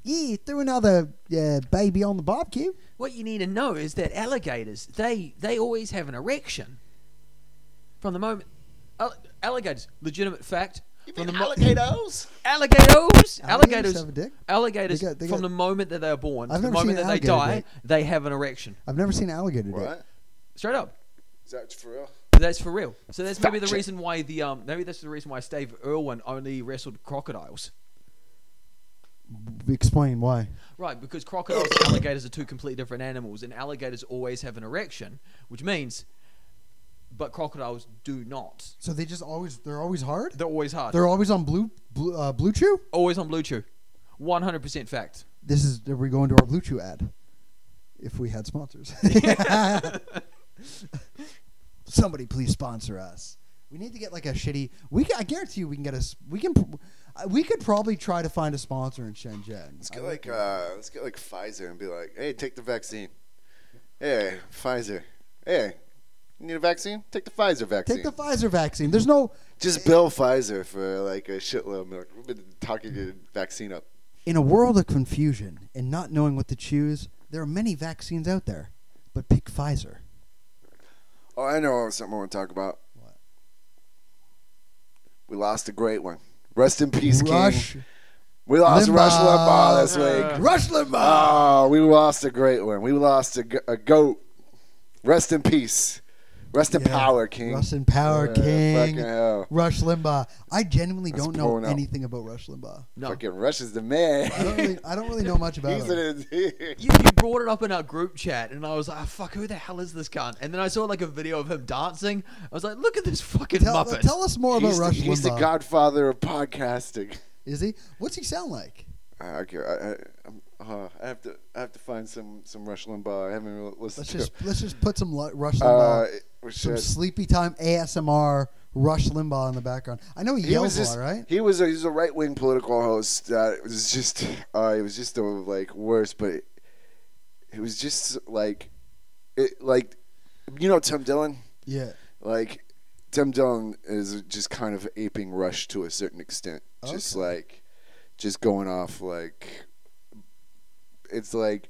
Speaker 1: Yeah, threw another uh, baby on the barbecue.
Speaker 3: What you need to know is that alligators they they always have an erection. From the moment, al- alligators, legitimate fact.
Speaker 2: You
Speaker 3: From
Speaker 2: mean
Speaker 3: the mo-
Speaker 2: alligators?
Speaker 3: alligators,
Speaker 1: Alligators
Speaker 3: alligators,
Speaker 1: have a dick?
Speaker 3: alligators.
Speaker 1: They got- they
Speaker 3: from
Speaker 1: got-
Speaker 3: the moment that they are born,
Speaker 1: I've
Speaker 3: to the
Speaker 1: never seen
Speaker 3: moment that
Speaker 1: an
Speaker 3: they die,
Speaker 1: alligator
Speaker 3: they have an erection.
Speaker 1: I've never seen an alligator. do it.
Speaker 2: Right.
Speaker 3: Straight up.
Speaker 2: Is that for real?
Speaker 3: That's for real. So that's maybe the reason why the um maybe that's the reason why Steve Irwin only wrestled crocodiles.
Speaker 1: Explain why.
Speaker 3: Right, because crocodiles and alligators are two completely different animals, and alligators always have an erection, which means, but crocodiles do not.
Speaker 1: So they just always they're always hard.
Speaker 3: They're always hard.
Speaker 1: They're always on blue blue, uh, blue chew.
Speaker 3: always on Blue Chew. 100% fact.
Speaker 1: This is are we going to our blue chew ad? If we had sponsors, somebody please sponsor us. We need to get like a shitty. We ca- I guarantee you we can get a s- we can pr- uh, we could probably try to find a sponsor in Shenzhen.
Speaker 2: Let's get like uh, let's get like Pfizer and be like, hey, take the vaccine. Hey, Pfizer. Hey, you need a vaccine? Take the Pfizer vaccine.
Speaker 1: Take the Pfizer vaccine. There's no
Speaker 2: Just bill Pfizer for like a shitload of milk. We've been talking to vaccine up.
Speaker 1: In a world of confusion and not knowing what to choose, there are many vaccines out there, but pick Pfizer.
Speaker 2: Oh, I know something I want to talk about.
Speaker 1: What?
Speaker 2: We lost a great one. Rest in peace,
Speaker 1: Rush,
Speaker 2: King. We lost
Speaker 1: Limbaugh. Uh,
Speaker 2: Rush Limbaugh this
Speaker 3: Yeah.
Speaker 2: week.
Speaker 1: Rush Limbaugh.
Speaker 2: Oh, we lost a great one. We lost a, g- a goat. Rest in peace. Rest in
Speaker 1: Yeah.
Speaker 2: power, King.
Speaker 1: Rush in power,
Speaker 2: Yeah,
Speaker 1: King.
Speaker 2: Fucking hell.
Speaker 1: Rush Limbaugh. I genuinely
Speaker 2: That's
Speaker 1: don't know
Speaker 2: pulling out.
Speaker 1: anything about Rush Limbaugh.
Speaker 3: No.
Speaker 2: Fucking Rush is the
Speaker 1: I don't
Speaker 2: man.
Speaker 1: really, I don't really know much about
Speaker 2: He's
Speaker 1: him.
Speaker 2: in his.
Speaker 3: You, you brought it up in our group chat, and I was like, "Ah, fuck, who the hell is this cunt? And then I saw like a video of him dancing. I was like, look at this fucking
Speaker 1: Tell, uh,
Speaker 3: Muppet.
Speaker 1: tell us more about
Speaker 2: He's, the,
Speaker 1: Rush
Speaker 2: he's the
Speaker 1: Limbaugh.
Speaker 2: godfather of podcasting.
Speaker 1: Is he? What's he sound like?
Speaker 2: Uh, okay, I, I, I'm, uh, I have to I have to find some some Rush Limbaugh. I haven't really listened
Speaker 1: Let's
Speaker 2: to.
Speaker 1: just let's just put some Lu- Rush
Speaker 2: him. uh,
Speaker 1: Limbaugh,
Speaker 2: we
Speaker 1: some
Speaker 2: should-
Speaker 1: sleepy time ASMR Rush Limbaugh in the background. I know he,
Speaker 2: he was
Speaker 1: yells a lot,
Speaker 2: just
Speaker 1: right?
Speaker 2: he was a, he was a right wing political host. That was just uh, it was just the like worst, but it, it was just like it like you know Tim Dillon
Speaker 1: Yeah.
Speaker 2: like Tim Dillon is just kind of aping Rush to a certain extent. Just
Speaker 1: Okay.
Speaker 2: like just going off like it's like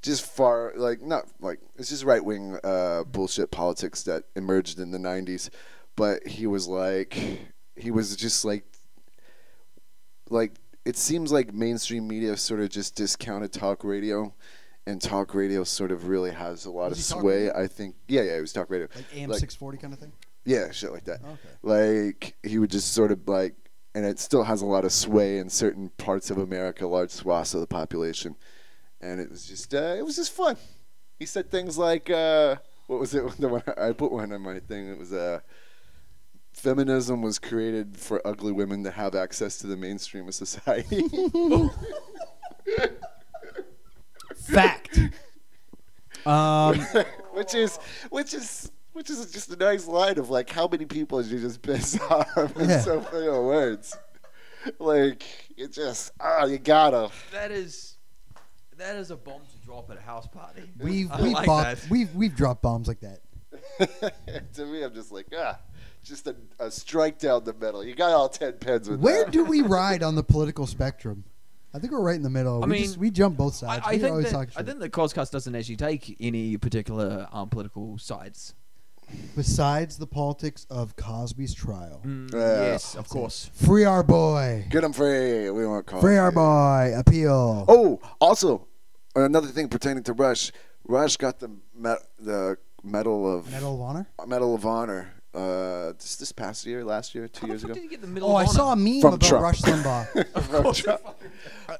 Speaker 2: just far like not like it's just right wing uh, bullshit politics that emerged in the '90s, but he was like he was just like like it seems like mainstream media sort of just discounted talk radio, and talk radio sort of really has a lot
Speaker 1: Was
Speaker 2: of
Speaker 1: he talk
Speaker 2: sway. I think yeah yeah it was talk radio
Speaker 1: Like AM
Speaker 2: Like-
Speaker 1: six forty kind of thing.
Speaker 2: yeah, shit like that.
Speaker 1: Okay.
Speaker 2: Like he would just sort of like, and it still has a lot of sway in certain parts of America, large swaths of the population, and it was just, uh, it was just fun. He said things like, uh, what was it? The one I put one on my thing. It was, uh, feminism was created for ugly women to have access to the mainstream of society.
Speaker 1: Fact. Um,
Speaker 2: which is which is which is just a nice line of like how many people did you just piss off in
Speaker 1: Yeah.
Speaker 2: so many words like you just ah you gotta
Speaker 3: that is, that is a bomb to drop at a house party.
Speaker 1: we've
Speaker 3: I
Speaker 1: we've,
Speaker 3: like
Speaker 1: bombed,
Speaker 3: that.
Speaker 1: we've we've dropped bombs like that.
Speaker 2: to me i'm just like ah just a, a strike down the middle you got all 10 pens with
Speaker 1: Where
Speaker 2: that.
Speaker 1: do we ride on the political spectrum? I think we're right in the middle.
Speaker 3: I
Speaker 1: we
Speaker 3: mean,
Speaker 1: just, we jump both sides.
Speaker 3: I, I
Speaker 1: we
Speaker 3: think
Speaker 1: always
Speaker 3: that,
Speaker 1: talk
Speaker 3: I
Speaker 1: shit.
Speaker 3: think the Coscast doesn't actually take any particular um, political sides.
Speaker 1: Besides the politics of Cosby's trial,
Speaker 3: Mm,
Speaker 2: Yeah.
Speaker 3: yes, of course.
Speaker 1: free our boy,
Speaker 2: Get him free. We want Cosby.
Speaker 1: free our boy, appeal.
Speaker 2: Oh, also another thing pertaining to Rush. Rush got the me- the medal of
Speaker 1: Medal of Honor.
Speaker 2: Medal of Honor. Uh, this, this past year, last year, two
Speaker 3: How the
Speaker 2: years
Speaker 3: fuck
Speaker 2: ago.
Speaker 3: did you get the middle
Speaker 1: Oh, I
Speaker 3: of
Speaker 1: saw a
Speaker 3: honor?
Speaker 1: meme
Speaker 2: From
Speaker 1: about
Speaker 2: Trump.
Speaker 1: Rush Limbaugh.
Speaker 2: From Trump.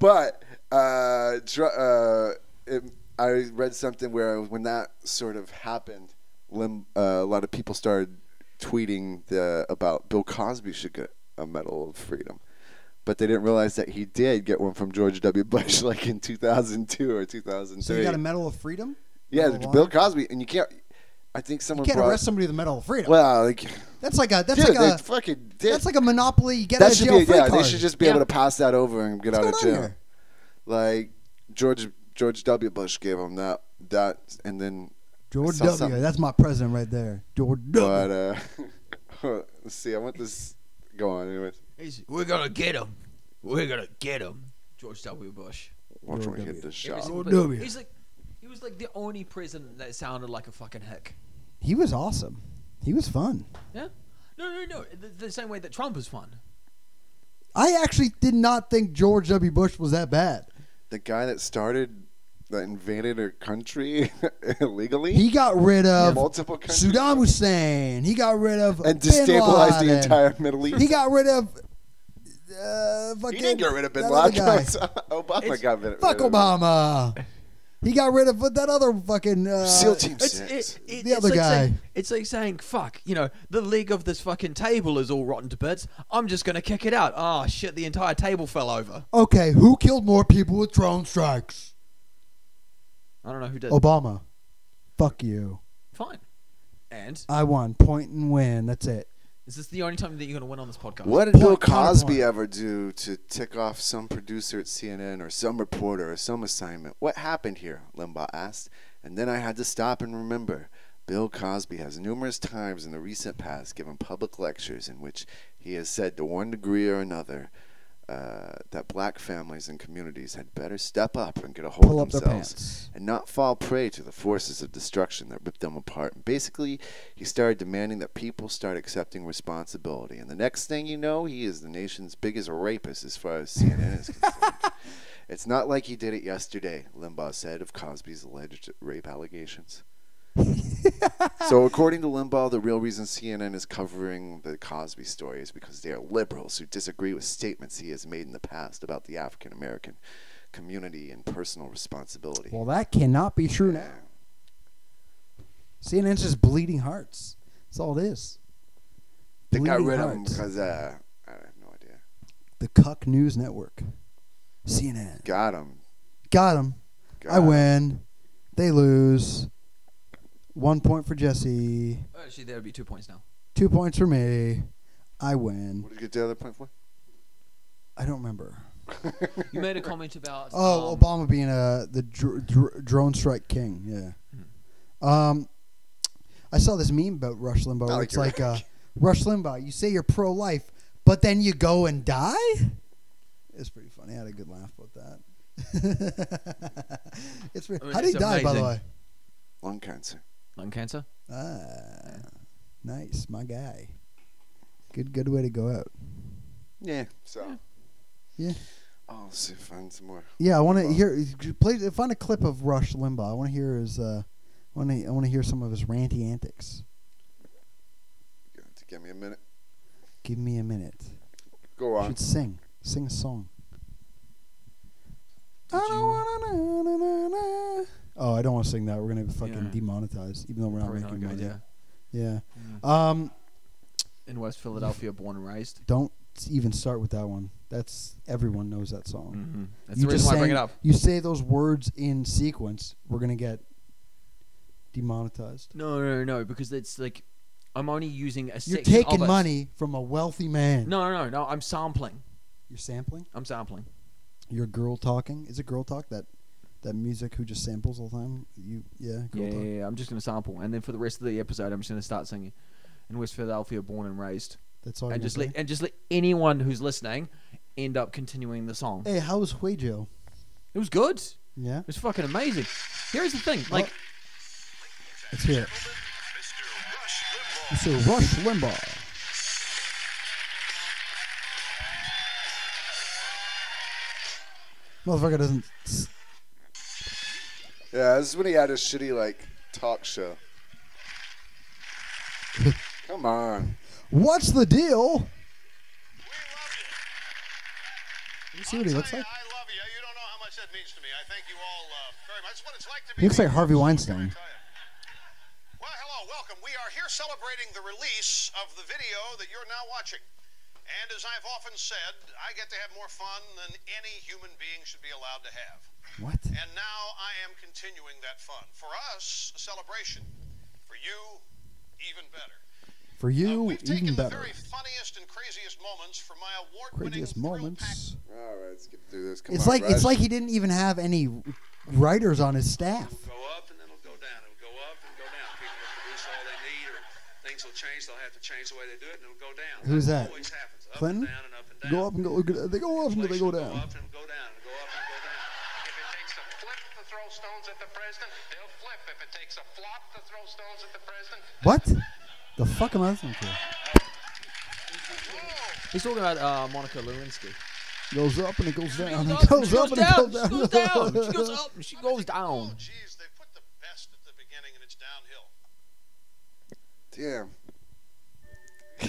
Speaker 2: But uh, dr- uh, it, I read something where when that sort of happened, Lim- uh, a lot of people started tweeting the about Bill Cosby should get a Medal of Freedom. But they didn't realize that he did get one from George W. Bush, like in 2002 or 2003.
Speaker 1: so you got a Medal of Freedom?
Speaker 2: Yeah,
Speaker 1: Medal of
Speaker 2: Bill
Speaker 1: Honor?
Speaker 2: Cosby, and you can't. I think
Speaker 1: You
Speaker 2: someone
Speaker 1: can't
Speaker 2: brought.
Speaker 1: arrest somebody with a Medal of Freedom.
Speaker 2: well, like,
Speaker 1: that's like a that's
Speaker 2: dude,
Speaker 1: like
Speaker 2: they
Speaker 1: a
Speaker 2: fucking did.
Speaker 1: that's like a monopoly. You get
Speaker 2: that
Speaker 1: out of
Speaker 2: should
Speaker 1: jail
Speaker 2: be.
Speaker 1: free
Speaker 2: Yeah,
Speaker 1: card.
Speaker 2: they should just be
Speaker 3: Yeah.
Speaker 2: able to pass that over and get
Speaker 1: What's
Speaker 2: out of jail.
Speaker 1: going on here?
Speaker 2: Like George George W. Bush gave him that that, and then
Speaker 1: George
Speaker 2: saw
Speaker 1: W.
Speaker 2: something.
Speaker 1: That's my president right there. George W.
Speaker 2: but uh, let's see. I want this. Go on, anyways.
Speaker 3: He's- We're gonna get him. We're gonna get him. George W. Bush.
Speaker 2: Watch when we
Speaker 1: W.
Speaker 2: get this
Speaker 3: Every
Speaker 2: shot.
Speaker 3: single-
Speaker 1: George W.
Speaker 3: he's like, he was like the only president that sounded like a fucking hick.
Speaker 1: He was awesome. He was fun.
Speaker 3: Yeah. No, no, no. The, the same way that Trump is fun.
Speaker 1: I actually did not think George W. Bush was that bad.
Speaker 2: The guy that started that invaded our country illegally,
Speaker 1: He got rid of
Speaker 2: multiple countries,
Speaker 1: Saddam Hussein. He got rid of
Speaker 2: and
Speaker 1: Bin
Speaker 2: destabilized the
Speaker 1: Laden.
Speaker 2: entire Middle East.
Speaker 1: He got rid of. Uh, fucking
Speaker 2: He didn't get rid of Bin
Speaker 1: that other
Speaker 2: Laden.
Speaker 1: guy.
Speaker 2: Obama
Speaker 3: It's-
Speaker 2: got rid of
Speaker 1: Fuck
Speaker 2: rid of him.
Speaker 1: Obama. He got rid of that other fucking. Uh,
Speaker 2: SEAL Team
Speaker 3: It's,
Speaker 2: Six.
Speaker 3: it, it,
Speaker 1: The
Speaker 3: it's
Speaker 1: other
Speaker 3: like
Speaker 1: guy.
Speaker 3: Saying, it's like saying, fuck, you know, the leg of this fucking table is all rotten to bits. I'm just gonna kick it out. Ah, shit, the entire table fell over.
Speaker 1: Okay, who killed more people with drone strikes?
Speaker 3: I don't know who did.
Speaker 1: Obama. Fuck you.
Speaker 3: Fine. And
Speaker 1: I won. Point and win. That's it.
Speaker 3: is this the only time that you're gonna win on this podcast?
Speaker 2: What did Bill
Speaker 1: Point, counterpoint.
Speaker 2: Cosby ever do to tick off some producer at CNN or some reporter or some assignment? What happened here? Limbaugh asked. And then I had to stop and remember. Bill Cosby has numerous times in the recent past given public lectures in which he has said to one degree or another uh, that black families and communities had better step up and get a hold
Speaker 1: Pull
Speaker 2: of
Speaker 1: up their
Speaker 2: themselves
Speaker 1: pants.
Speaker 2: and not fall prey to the forces of destruction that ripped them apart. And basically, he started demanding that people start accepting responsibility. And the next thing you know, he is the nation's biggest rapist as far as CNN is concerned. It's not like he did it yesterday, Limbaugh said of Cosby's alleged rape allegations. so, according to Limbaugh, the real reason CNN is covering the Cosby story is because they are liberals who disagree with statements he has made in the past about the African American community and personal responsibility.
Speaker 1: Well, that cannot be true now. CNN's just bleeding hearts. That's all it is.
Speaker 2: They got
Speaker 1: Bleeding
Speaker 2: rid of him
Speaker 1: hearts.
Speaker 2: because uh, I have no idea.
Speaker 1: The Cuck News Network. CNN.
Speaker 2: Got him.
Speaker 1: Got him.
Speaker 2: Got
Speaker 1: I
Speaker 2: him.
Speaker 1: win. They lose. One point for Jesse.
Speaker 3: Actually, there would be two points now.
Speaker 1: Two points for me. I win.
Speaker 2: What did you get the other point for?
Speaker 1: I don't remember.
Speaker 3: You made a comment about.
Speaker 1: Oh,
Speaker 3: um,
Speaker 1: Obama being uh, the dr- dr- drone strike king. Yeah.
Speaker 3: Hmm.
Speaker 1: Um, I saw this meme about Rush Limbaugh.
Speaker 2: I
Speaker 1: Where
Speaker 2: like
Speaker 1: it's
Speaker 2: your
Speaker 1: like uh, Rush Limbaugh. You say you're pro-life, but then you go and die. It's pretty funny. I had a good laugh about that. it's pretty,
Speaker 3: I mean,
Speaker 1: how did he
Speaker 3: it's
Speaker 1: die, by the way?
Speaker 3: amazing.
Speaker 2: Lung cancer.
Speaker 3: Lung cancer.
Speaker 1: Ah, nice, my guy. Good, good way to go out.
Speaker 2: Yeah. So.
Speaker 1: Yeah.
Speaker 2: I'll see if I find some more.
Speaker 1: Yeah, I want to
Speaker 2: Wow.
Speaker 1: hear. Play, find a clip of Rush Limbaugh. I want to hear his. Uh, I want to. I want to hear some of his ranty antics.
Speaker 2: You're gonna have to give me a minute.
Speaker 1: Give me a minute.
Speaker 2: Go
Speaker 1: You
Speaker 2: on.
Speaker 1: should sing. Sing a song.
Speaker 3: Did
Speaker 1: I don't
Speaker 3: you-
Speaker 1: wanna na- na- na- na. Oh, I don't want to sing that. We're gonna be fucking
Speaker 3: Yeah.
Speaker 1: demonetized, even though we're not
Speaker 3: Probably
Speaker 1: making
Speaker 3: not a
Speaker 1: money.
Speaker 3: good idea.
Speaker 1: Yeah. Um.
Speaker 3: In West Philadelphia, born and raised.
Speaker 1: Don't even start with that one. That's everyone knows that song.
Speaker 3: Mm-hmm. That's
Speaker 1: You
Speaker 3: the
Speaker 1: just
Speaker 3: reason why I bring it
Speaker 1: sang-
Speaker 3: up.
Speaker 1: You say those words in sequence, we're gonna get demonetized.
Speaker 3: No, no, no, no, because it's like I'm only using a.
Speaker 1: You're
Speaker 3: section
Speaker 1: taking
Speaker 3: of it.
Speaker 1: money from a wealthy man.
Speaker 3: No, no, no, no. I'm sampling.
Speaker 1: You're sampling.
Speaker 3: I'm sampling.
Speaker 1: You're girl talking. Is it girl talk that that music who just samples all the time? You yeah. Girl
Speaker 3: Yeah,
Speaker 1: talk.
Speaker 3: yeah, yeah. I'm just gonna sample, and then for the rest of the episode, I'm just gonna start singing. In West Philadelphia, born and raised,
Speaker 1: That's all.
Speaker 3: and
Speaker 1: you're
Speaker 3: just
Speaker 1: gonna
Speaker 3: let
Speaker 1: say?
Speaker 3: and just let anyone who's listening, end up continuing the song.
Speaker 1: Hey, how was Huijo?
Speaker 3: It was good. It
Speaker 1: Yeah,
Speaker 3: was fucking amazing. Here's the thing, like
Speaker 1: let's hear it. Mr. Rush Limbaugh. Motherfucker doesn't. s-
Speaker 2: Yeah, this is when he had his shitty like talk show. Come on.
Speaker 1: What's the deal? You see what he looks like?
Speaker 4: I love you. You don't know how much that means to me. I thank you all uh, very much. It's what it's like to
Speaker 1: He
Speaker 4: be.
Speaker 1: looks like Harvey Weinstein.
Speaker 4: Well, hello, welcome. We are here celebrating the release of the video that you're now watching. And as I've often said, I get to have more fun than any human being should be allowed to have.
Speaker 1: What?
Speaker 4: And now I am continuing that fun. For us, a celebration. For you, even better.
Speaker 1: For
Speaker 4: Uh,
Speaker 1: you,
Speaker 4: we've
Speaker 1: even
Speaker 4: taken the
Speaker 1: better.
Speaker 4: very funniest and craziest moments from my award-winning
Speaker 1: Craziest moments.
Speaker 4: thrill-packed
Speaker 2: All right, let's get through this. Come
Speaker 1: It's
Speaker 2: on,
Speaker 1: like it's
Speaker 2: Rush.
Speaker 1: like he didn't even have any writers on his staff.
Speaker 4: go up and then it'll go down. It'll go up and go down. People will produce all they need, or things will change. They'll have to change the way they do it, and it'll go down.
Speaker 1: Who's that?
Speaker 4: Always happens. Up
Speaker 1: Clinton?
Speaker 4: and down and up and down.
Speaker 1: Go up and go. They go up and they go
Speaker 4: Inflation will
Speaker 1: down.
Speaker 4: Go up and go down. and Go up and go down.
Speaker 5: If it takes a flip to throw stones at the president, they'll flip. If it takes a flop to throw stones at the president,
Speaker 1: What? The fuck am I listening to?
Speaker 3: he's talking about uh, Monica Lewinsky.
Speaker 1: Goes up and it goes down.
Speaker 3: She
Speaker 1: It goes
Speaker 3: she
Speaker 1: up and it goes down.
Speaker 3: She goes down. She goes up and she goes
Speaker 4: Oh,
Speaker 3: down.
Speaker 4: geez, they put the best at the beginning, and it's downhill.
Speaker 2: Damn.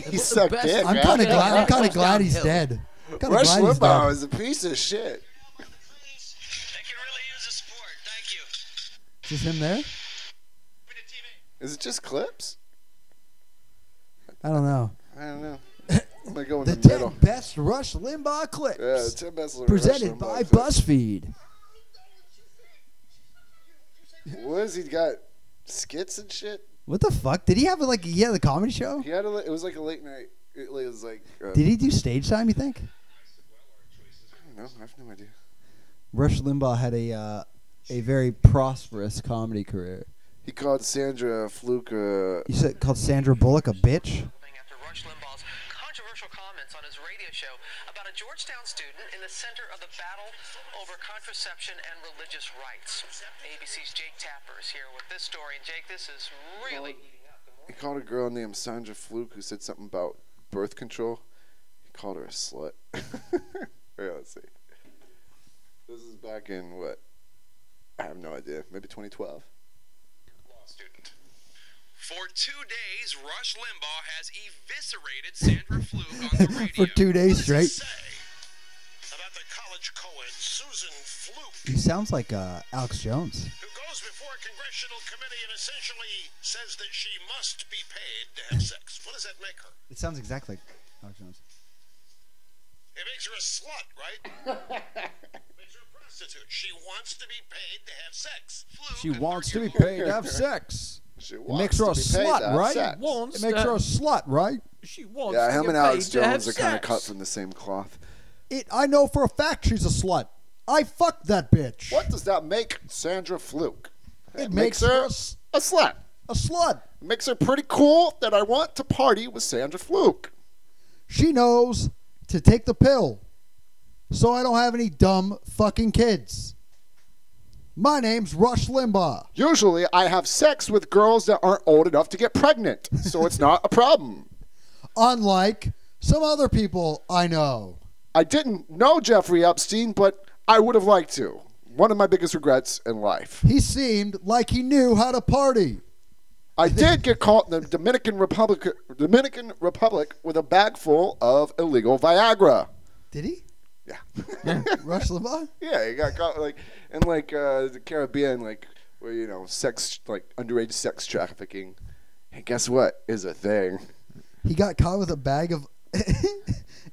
Speaker 2: He
Speaker 3: the
Speaker 2: sucked
Speaker 3: best-
Speaker 2: dick.
Speaker 3: I'm
Speaker 1: I'm
Speaker 2: man.
Speaker 1: kind of glad. I'm
Speaker 3: Yeah.
Speaker 1: kind of glad he's
Speaker 3: Downhill.
Speaker 1: dead. Kind of
Speaker 2: Rush
Speaker 1: glad he's
Speaker 2: Limbaugh
Speaker 1: dead.
Speaker 2: is a piece of shit.
Speaker 5: I can really use a support. Thank you.
Speaker 1: Is this him there?
Speaker 2: Is it just clips?
Speaker 1: I don't know.
Speaker 2: I don't know. I'm gonna go in
Speaker 1: The
Speaker 2: the,
Speaker 1: ten
Speaker 2: middle.
Speaker 1: best Rush Limbaugh clips
Speaker 2: Yeah, the ten best little
Speaker 1: presented
Speaker 2: Rush Limbaugh
Speaker 1: by
Speaker 2: clips.
Speaker 1: BuzzFeed.
Speaker 2: What is he got? Skits and shit.
Speaker 1: What the fuck? Did he have like yeah the comedy show?
Speaker 2: He had a. li- It was like a late night. It was like. Uh,
Speaker 1: Did he do stage time? You think?
Speaker 2: No, I have no idea.
Speaker 1: Rush Limbaugh had a uh, a very prosperous comedy career.
Speaker 2: He called Sandra a fluke. Uh,
Speaker 1: You said called Sandra Bullock a bitch.
Speaker 5: After Rush Limbaugh's controversial comments on his radio show about a Georgetown student in the center of the battle over contraception and religious rights. ABC's Jake Tapper is here with this story. And Jake, this is really heating up. The more
Speaker 2: he called a girl named Sandra Fluke who said something about birth control. He called her a slut. Wait, let's see. This is back in what? I have no idea. Maybe 2012.
Speaker 5: law student. For two days, Rush Limbaugh has eviscerated Sandra Fluke on the radio.
Speaker 1: For two days straight.
Speaker 4: About the college co-ed Susan Fluke,
Speaker 1: He sounds like uh, Alex Jones.
Speaker 4: who goes before a congressional committee and essentially says that she must be paid to have sex. What does that make her?
Speaker 1: It sounds exactly like Alex Jones.
Speaker 4: It makes her a slut, right? makes her a prostitute. She wants to be paid to have sex. Fluke,
Speaker 3: She
Speaker 4: a
Speaker 3: wants to be
Speaker 4: 30-year-old
Speaker 3: paid to have sex.
Speaker 2: She
Speaker 1: It
Speaker 2: wants
Speaker 1: makes her
Speaker 2: to
Speaker 1: a
Speaker 2: be paid to
Speaker 1: slut,
Speaker 2: have
Speaker 1: right?
Speaker 2: sex.
Speaker 3: Wants
Speaker 1: It makes her a slut, right?
Speaker 3: She wants.
Speaker 2: Yeah,
Speaker 3: to
Speaker 2: him
Speaker 3: get
Speaker 2: and Alex
Speaker 3: paid to have
Speaker 2: Jones are kind of
Speaker 3: sex.
Speaker 2: cut from the same cloth.
Speaker 1: It. I know for a fact she's a slut. I fucked that bitch.
Speaker 2: What does that make Sandra Fluke?
Speaker 1: It
Speaker 2: makes
Speaker 1: makes
Speaker 2: her
Speaker 1: her
Speaker 2: a slut.
Speaker 1: slut.
Speaker 2: Makes her pretty cool that I want to party with Sandra Fluke.
Speaker 1: She knows to take the pill, so I don't have any dumb fucking kids. My name's Rush Limbaugh.
Speaker 2: Usually, I have sex with girls that aren't old enough to get pregnant, so it's not a problem.
Speaker 1: Unlike some other people I know.
Speaker 2: I didn't know Jeffrey Epstein, but I would have liked to. One of my biggest regrets in life.
Speaker 1: He seemed like he knew how to party.
Speaker 2: I did get caught in the Dominican Republic, Dominican Republic with a bag full of illegal Viagra.
Speaker 1: Did he?
Speaker 2: Yeah.
Speaker 1: Rush Limbaugh?
Speaker 2: Yeah, he got caught like in like uh, the Caribbean, like where you know sex, like underage sex trafficking. And guess what is a thing?
Speaker 1: He got caught with a bag of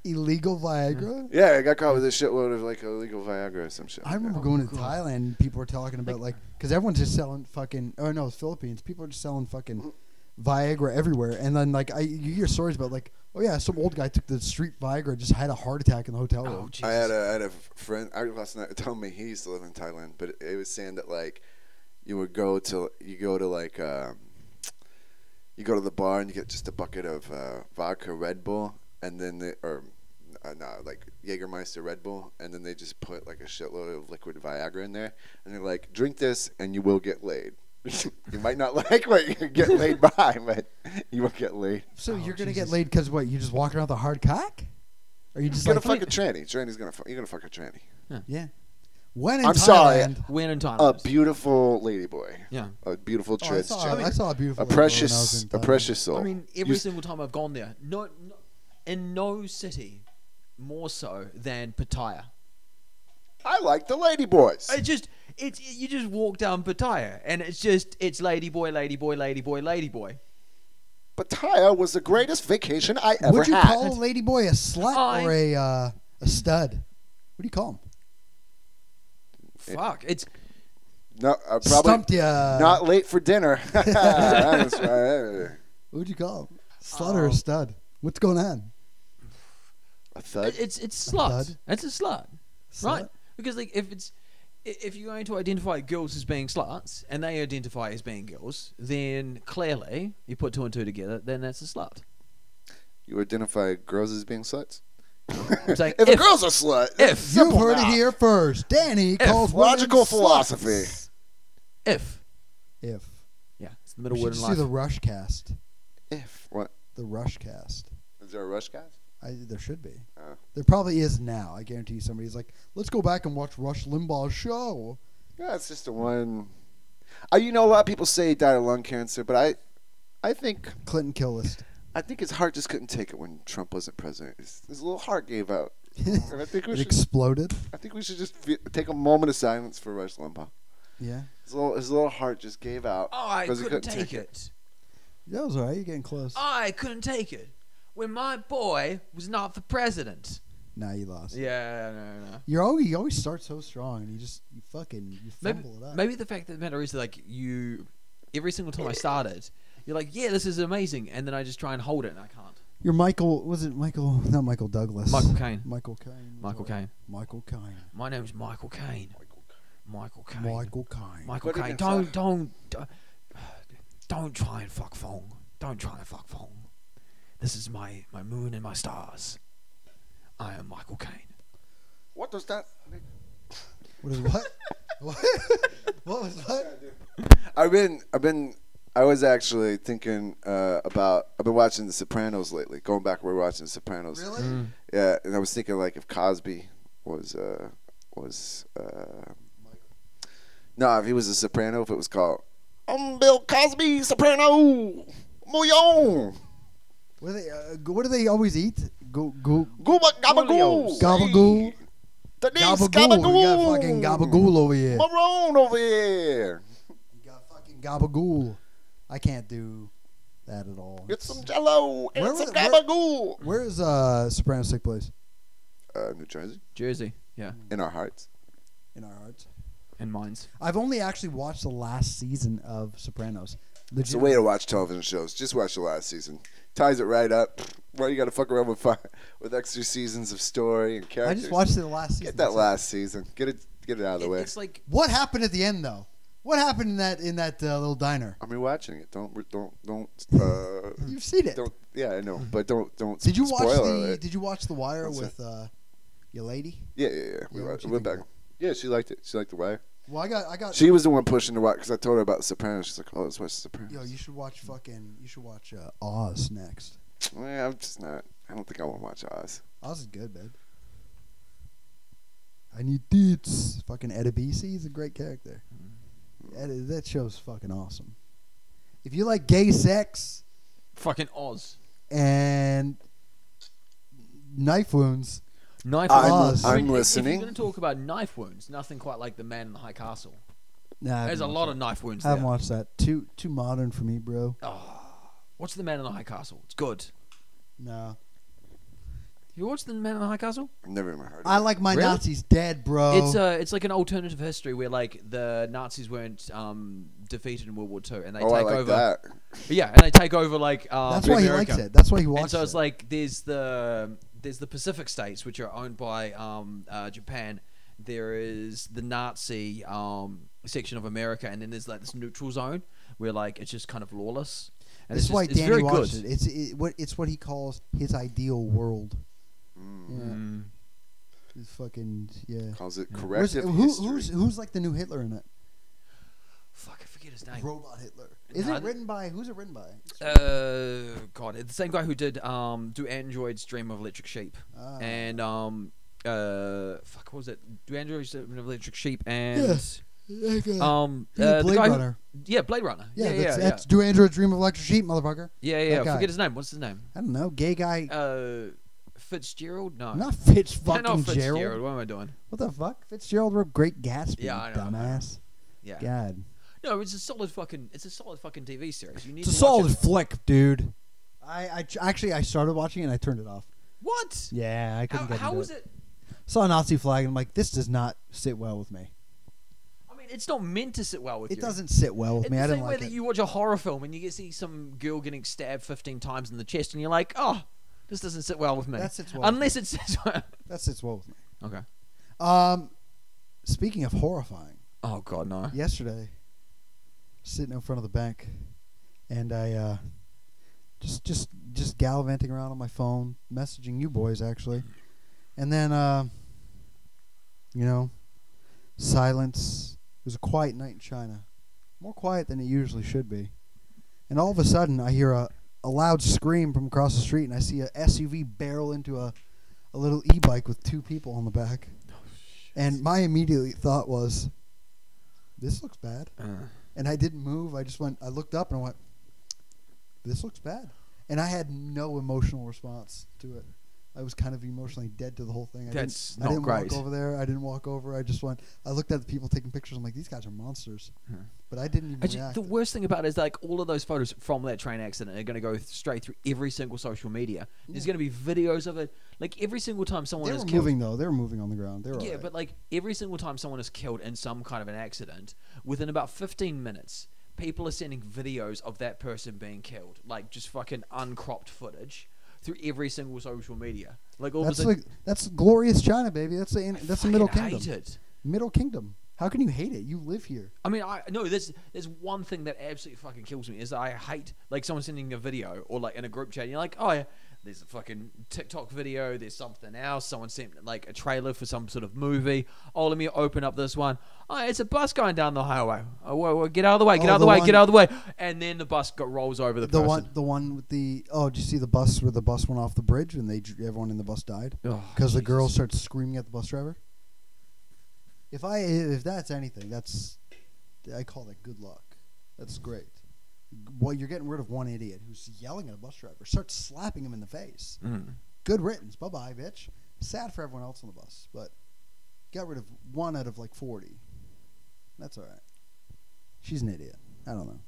Speaker 1: illegal Viagra.
Speaker 2: Yeah, I got caught with a shitload of like illegal Viagra or some shit.
Speaker 1: I
Speaker 3: Oh,
Speaker 1: remember going to Thailand and people were talking about like because everyone's just selling fucking oh no Philippines people are just selling fucking Viagra everywhere and then like I you hear stories about like oh yeah some old guy took the street Viagra just had a heart attack in the hotel room.
Speaker 3: Oh, Jesus.
Speaker 2: I had a, I had a friend I last night tell me he used to live in Thailand, but it, it was saying that like you would go to you go to like um, you go to the bar and you get just a bucket of uh, vodka Red Bull, and then the, or uh, no, like Jägermeister Red Bull, and then they just put like a shitload of liquid Viagra in there, and they're like, drink this and you will get laid. you might not like what you get laid by, but you will get laid.
Speaker 1: So
Speaker 3: Oh,
Speaker 1: you're gonna get
Speaker 3: Jesus.
Speaker 1: laid because what? You just walking around with a hard cock? Are you just
Speaker 2: You're
Speaker 1: like,
Speaker 2: gonna fuck a tranny. Tranny's gonna fuck. You're gonna fuck a tranny.
Speaker 1: yeah? When in
Speaker 2: I'm
Speaker 1: Thailand?
Speaker 2: sorry.
Speaker 3: When in time.
Speaker 2: A beautiful ladyboy.
Speaker 3: yeah.
Speaker 2: A beautiful
Speaker 1: Oh, I,
Speaker 2: trans
Speaker 1: saw, I
Speaker 2: chick.
Speaker 1: saw a beautiful.
Speaker 2: A
Speaker 1: lady when I was
Speaker 2: precious,
Speaker 1: in
Speaker 2: a
Speaker 1: Thailand.
Speaker 2: precious soul.
Speaker 3: I mean, every
Speaker 2: You-
Speaker 3: single time I've gone there, no, no, in no city more so than Pattaya.
Speaker 2: I like the ladyboys.
Speaker 3: It just it's you just walk down Pattaya and it's just it's lady boy, lady boy, lady boy, lady boy.
Speaker 2: Pattaya was the greatest vacation I ever
Speaker 1: Would you
Speaker 2: had.
Speaker 1: call a lady boy a slut
Speaker 3: I-
Speaker 1: or a uh, a stud? What do you call him?
Speaker 3: Fuck. It's
Speaker 2: no, uh, probably
Speaker 1: Stumped ya.
Speaker 2: not late for dinner. That was right.
Speaker 1: What would you call him? Slut or
Speaker 3: Oh.
Speaker 1: a stud? What's going on?
Speaker 2: a thud.
Speaker 3: it's it's
Speaker 1: A
Speaker 3: slut.
Speaker 1: stud.
Speaker 3: It's a slut,
Speaker 1: Slut?
Speaker 3: right? Because like if it's i- if you're going to identify girls as being sluts and they identify as being girls, then clearly you put two and two together, then that's a slut.
Speaker 2: You identify girls as being sluts.
Speaker 3: I'm saying
Speaker 2: If,
Speaker 3: if,
Speaker 2: a girl's a slut,
Speaker 3: if-
Speaker 2: it's
Speaker 1: You
Speaker 2: simple
Speaker 1: heard
Speaker 2: now.
Speaker 1: it here first. Danny calls women
Speaker 2: Logical
Speaker 1: sluts.
Speaker 2: philosophy.
Speaker 3: if
Speaker 1: If
Speaker 3: yeah, it's the
Speaker 1: you
Speaker 3: middle
Speaker 1: should
Speaker 3: word in
Speaker 1: see
Speaker 3: life.
Speaker 1: the Rush cast,
Speaker 2: If what
Speaker 1: the Rush cast.
Speaker 2: is there a rush, guys?
Speaker 1: I, there should be.
Speaker 2: Oh.
Speaker 1: There probably is now. I guarantee you somebody's like, let's go back and watch Rush Limbaugh's show.
Speaker 2: Yeah, it's just the one. Uh, you know, a lot of people say he died of lung cancer, but I, I think,
Speaker 1: Clinton kill list.
Speaker 2: I think his heart just couldn't take it when Trump wasn't president. His, his little heart gave out. And I think we
Speaker 1: it
Speaker 2: should,
Speaker 1: exploded.
Speaker 2: I think we should just fe- take a moment of silence for Rush Limbaugh.
Speaker 1: Yeah.
Speaker 2: His little, his little heart just gave out.
Speaker 3: Oh, I
Speaker 2: 'cause he
Speaker 3: couldn't take it.
Speaker 1: That was all right. You're getting close.
Speaker 2: Oh.
Speaker 3: I couldn't take it when my boy was not the president.
Speaker 1: nah, you lost.
Speaker 3: Yeah, no, no.
Speaker 1: You're always, you always start so strong. and You just you fucking you
Speaker 3: Maybe,
Speaker 1: fumble it up.
Speaker 3: maybe the fact that the matter is like you, every single time I started, you're like, yeah, this is amazing, and then I just try and hold it and I can't.
Speaker 1: You're Michael. Was it Michael? Not Michael Douglas.
Speaker 3: Michael Caine.
Speaker 1: Michael Caine. was
Speaker 3: Michael
Speaker 1: it?
Speaker 3: Caine.
Speaker 1: Michael Caine.
Speaker 3: My name's Michael Caine. Michael Caine.
Speaker 1: Michael Caine.
Speaker 3: Michael
Speaker 2: What did
Speaker 3: Caine.
Speaker 2: it
Speaker 3: Don't,
Speaker 2: say?
Speaker 3: don't, don't, don't try and fuck Fong. Don't try and fuck Fong. This is my my moon and my stars. I am Michael Caine.
Speaker 2: What does that? Make?
Speaker 1: What is what? what? What was what?
Speaker 2: I've been, I've been, I was actually thinking uh, about. I've been watching The Sopranos lately. Going back, we're watching The Sopranos.
Speaker 1: Really?
Speaker 2: Yeah, and I was thinking like if Cosby was, uh, was, uh, no, if he was a Soprano, if it was called, I'm Bill Cosby Soprano, Moyon,
Speaker 1: What do they? Uh, go- what do they always eat? Go go
Speaker 2: Gooba Gabagoo,
Speaker 1: Gabagool.
Speaker 2: Denise
Speaker 1: gabagool. We got fucking gabagool over here.
Speaker 2: Marone over here.
Speaker 1: You got fucking gabagool. I can't do that at all.
Speaker 2: Get some Jello and
Speaker 1: Where
Speaker 2: some
Speaker 1: was- where-
Speaker 2: Gabagool.
Speaker 1: Where is uh Sopranos take place?
Speaker 2: Uh, New Jersey,
Speaker 3: Jersey. Yeah.
Speaker 2: in our hearts.
Speaker 1: In our hearts.
Speaker 3: And mine's.
Speaker 1: I've only actually watched the last season of Sopranos.
Speaker 2: It's
Speaker 1: Legit-
Speaker 2: a way to watch television shows. Just watch the last season. Ties it right up. Why you got to fuck around with fi- with extra seasons of story and
Speaker 1: I
Speaker 2: characters?
Speaker 1: just watched it the last season.
Speaker 2: Get
Speaker 1: That's
Speaker 2: that
Speaker 1: it.
Speaker 2: last season. Get it. Get it out of the
Speaker 3: It-
Speaker 2: way.
Speaker 3: it's like
Speaker 1: What happened at the end though? What happened in that in that uh, little diner?
Speaker 2: I'm rewatching it. Don't. re- Don't. Don't. Uh,
Speaker 1: You've seen it.
Speaker 2: don't. Yeah, I know. But don't. Don't.
Speaker 1: Mm. Did you watch
Speaker 2: spoiler
Speaker 1: the
Speaker 2: alert.
Speaker 1: Did you watch the Wire
Speaker 2: What's
Speaker 1: with uh, your lady?
Speaker 2: yeah, yeah, yeah. We
Speaker 1: Yeah,
Speaker 2: watched.
Speaker 1: what'd you
Speaker 2: We're
Speaker 1: think
Speaker 2: back. Yeah, she liked it. She liked the way.
Speaker 1: Well, I got I got.
Speaker 2: She was the one pushing the watch because I told her about The Sopranos. She's like, "Oh, let's watch The Sopranos."
Speaker 1: Yo, you should watch fucking. You should watch uh, Oz next.
Speaker 2: Eh, I'm just not. I don't think I want to watch Oz.
Speaker 1: Oz is good, babe. I need deets. Fucking Edabisi is a great character.
Speaker 2: Mm.
Speaker 1: Ed, that show's fucking awesome. If you like gay sex
Speaker 3: fucking Oz.
Speaker 1: and knife wounds,
Speaker 3: Knife
Speaker 2: I'm-
Speaker 3: wounds.
Speaker 2: I'm
Speaker 3: I mean, if- If
Speaker 2: listening.
Speaker 3: you're going to talk about knife wounds, nothing quite like the man in the high castle.
Speaker 1: nah, I
Speaker 3: There's a
Speaker 1: haven't
Speaker 3: lot
Speaker 1: watched
Speaker 3: of knife wounds
Speaker 1: that. I
Speaker 3: there.
Speaker 1: haven't
Speaker 3: Ah,
Speaker 1: watched that. Too too modern for me, bro.
Speaker 3: What's the man in the high castle? It's good.
Speaker 1: No,
Speaker 3: You watched the man in the high castle?
Speaker 2: I've never even heard. Of
Speaker 1: I like my
Speaker 3: Really?
Speaker 1: Nazis dead, bro.
Speaker 3: It's uh, it's like an alternative history where like the Nazis weren't um, defeated in World War Two, and they
Speaker 2: it. Oh,
Speaker 3: take
Speaker 2: I like
Speaker 3: over.
Speaker 2: that.
Speaker 3: Yeah, and they take over like um,
Speaker 1: That's why he
Speaker 3: America.
Speaker 1: likes it. That's why he watches
Speaker 3: And so it's
Speaker 1: it.
Speaker 3: like there's the there's the Pacific states which are owned by um, uh, Japan. There is the Nazi um, section of America, and then there's like this neutral zone where like it's just kind of lawless. And
Speaker 1: That's
Speaker 3: it's
Speaker 1: why
Speaker 3: just, it's
Speaker 1: Danny
Speaker 3: very
Speaker 1: watched
Speaker 3: good.
Speaker 1: it. It's it, what it's what he calls his ideal world.
Speaker 3: Mm.
Speaker 1: He's fucking yeah.
Speaker 2: Mm. Calls it
Speaker 1: Where's-
Speaker 2: corrective
Speaker 1: who,
Speaker 2: history.
Speaker 1: who's who's like the new Hitler in it?
Speaker 3: Fuck, I forget his name.
Speaker 1: Robot Hitler. Is
Speaker 3: No, I-
Speaker 1: it written by? Who's it written by?
Speaker 3: Uh, God, it's the same guy who did um, Do Androids Dream of Electric Sheep?
Speaker 1: Ah.
Speaker 3: And um, uh, fuck, what was it? Do Androids Dream of Electric Sheep? And um,
Speaker 1: He did
Speaker 3: uh,
Speaker 1: Blade
Speaker 3: the guy who-
Speaker 1: Runner.
Speaker 3: yeah, Blade Runner.
Speaker 1: Yeah,
Speaker 3: Yeah, yeah,
Speaker 1: that's,
Speaker 3: yeah.
Speaker 1: that's Do Android Dream of Electric Sheep, motherfucker?
Speaker 3: yeah, yeah.
Speaker 1: that guy.
Speaker 3: I forget his name. What's his name?
Speaker 1: I don't know, gay guy.
Speaker 3: Uh, Fitzgerald? No.
Speaker 1: not Fitz
Speaker 3: No,
Speaker 1: fucking
Speaker 3: not Uh, Fitzgerald.
Speaker 1: Gerald.
Speaker 3: What am I doing?
Speaker 1: What the fuck? Fitzgerald wrote Great Gatsby.
Speaker 3: Yeah, I know, I know.
Speaker 1: dumbass.
Speaker 3: Yeah.
Speaker 1: God.
Speaker 3: No, it's a solid fucking. It's a solid fucking TV series. You need
Speaker 1: It's a
Speaker 3: to watch
Speaker 1: solid
Speaker 3: It.
Speaker 1: flick, dude. I, I ch- actually I started watching it and I turned it off.
Speaker 3: What?
Speaker 1: Yeah, I couldn't
Speaker 3: How,
Speaker 1: get
Speaker 3: how
Speaker 1: into
Speaker 3: was it?
Speaker 1: Saw a Nazi flag and I'm like, this does not sit well with me.
Speaker 3: I mean, it's not meant to sit well with
Speaker 1: It
Speaker 3: you.
Speaker 1: doesn't sit well with
Speaker 3: It's
Speaker 1: me.
Speaker 3: the
Speaker 1: I
Speaker 3: same
Speaker 1: didn't
Speaker 3: way
Speaker 1: like
Speaker 3: that
Speaker 1: it.
Speaker 3: you watch a horror film and you get see some girl getting stabbed fifteen times in the chest, and you're like, "Oh, this doesn't sit well with me."
Speaker 1: That sits well with
Speaker 3: Unless it sits well.
Speaker 1: That sits well with me.
Speaker 3: okay.
Speaker 1: Um, speaking of horrifying,
Speaker 3: Oh God, no.
Speaker 1: yesterday, sitting in front of the bank, and I uh, just just just gallivanting around on my phone, messaging you boys actually, and then uh, you know, silence. It was a quiet night in China, more quiet than it usually should be, and all of a sudden I hear a a loud scream from across the street, and I see a SUV barrel into a a little e-bike with two people on the back. And my immediate thought was, this looks bad.
Speaker 3: Uh.
Speaker 1: And I didn't move. I just went, I looked up and I went, this looks bad. And I had no emotional response to it. I was kind of emotionally dead to the whole thing. I
Speaker 3: That's
Speaker 1: didn't,
Speaker 3: not
Speaker 1: I didn't
Speaker 3: great.
Speaker 1: walk over there. I didn't walk over. I just went, I looked at the people taking pictures. I'm like, these guys are monsters.
Speaker 3: Hmm.
Speaker 1: But I didn't even
Speaker 3: I ju-
Speaker 1: react.
Speaker 3: the worst thing about it is like all of those photos from that train accident are going to go th- straight through every single social media. There's going to be videos of it. Like every single time someone
Speaker 1: they
Speaker 3: is
Speaker 1: were
Speaker 3: killed,
Speaker 1: moving, though. They were moving on the ground. They were
Speaker 3: Yeah,
Speaker 1: alright.
Speaker 3: but like every single time someone is killed in some kind of an accident, within about 15 minutes, people are sending videos of that person being killed, like just fucking uncropped footage through every single social media. Like all
Speaker 1: that's,
Speaker 3: of a
Speaker 1: like,
Speaker 3: sudden,
Speaker 1: that's glorious China, baby. That's the, that's the
Speaker 3: fucking
Speaker 1: Middle Kingdom.
Speaker 3: Hate it.
Speaker 1: Middle Kingdom. How can you hate it? You live here.
Speaker 3: I mean, I no. There's there's one thing that absolutely fucking kills me is that I hate like someone sending a video or like in a group chat. And you're like, oh yeah, there's a fucking TikTok video. There's something else. Someone sent like a trailer for some sort of movie. Oh, let me open up this one. Oh, it's a bus going down the highway. Oh, whoa, whoa, get out of the way. Get
Speaker 1: Oh,
Speaker 3: out of the
Speaker 1: the
Speaker 3: way.
Speaker 1: one-
Speaker 3: get out of the way. And then the bus got rolls over the,
Speaker 1: The
Speaker 3: person.
Speaker 1: one, the one with the oh, did you see the bus where the bus went off the bridge and they dr- everyone in the bus died
Speaker 3: Oh,
Speaker 1: because the girl
Speaker 3: Jesus.
Speaker 1: starts screaming at the bus driver. If I if that's anything, that's I call that good luck. That's great. Well, you're getting rid of one idiot who's yelling at a bus driver, starts slapping him in the face.
Speaker 3: Mm.
Speaker 1: Good riddance, bye bye, bitch. Sad for everyone else on the bus, but got rid of one out of like forty. That's all right. She's an idiot. I don't know.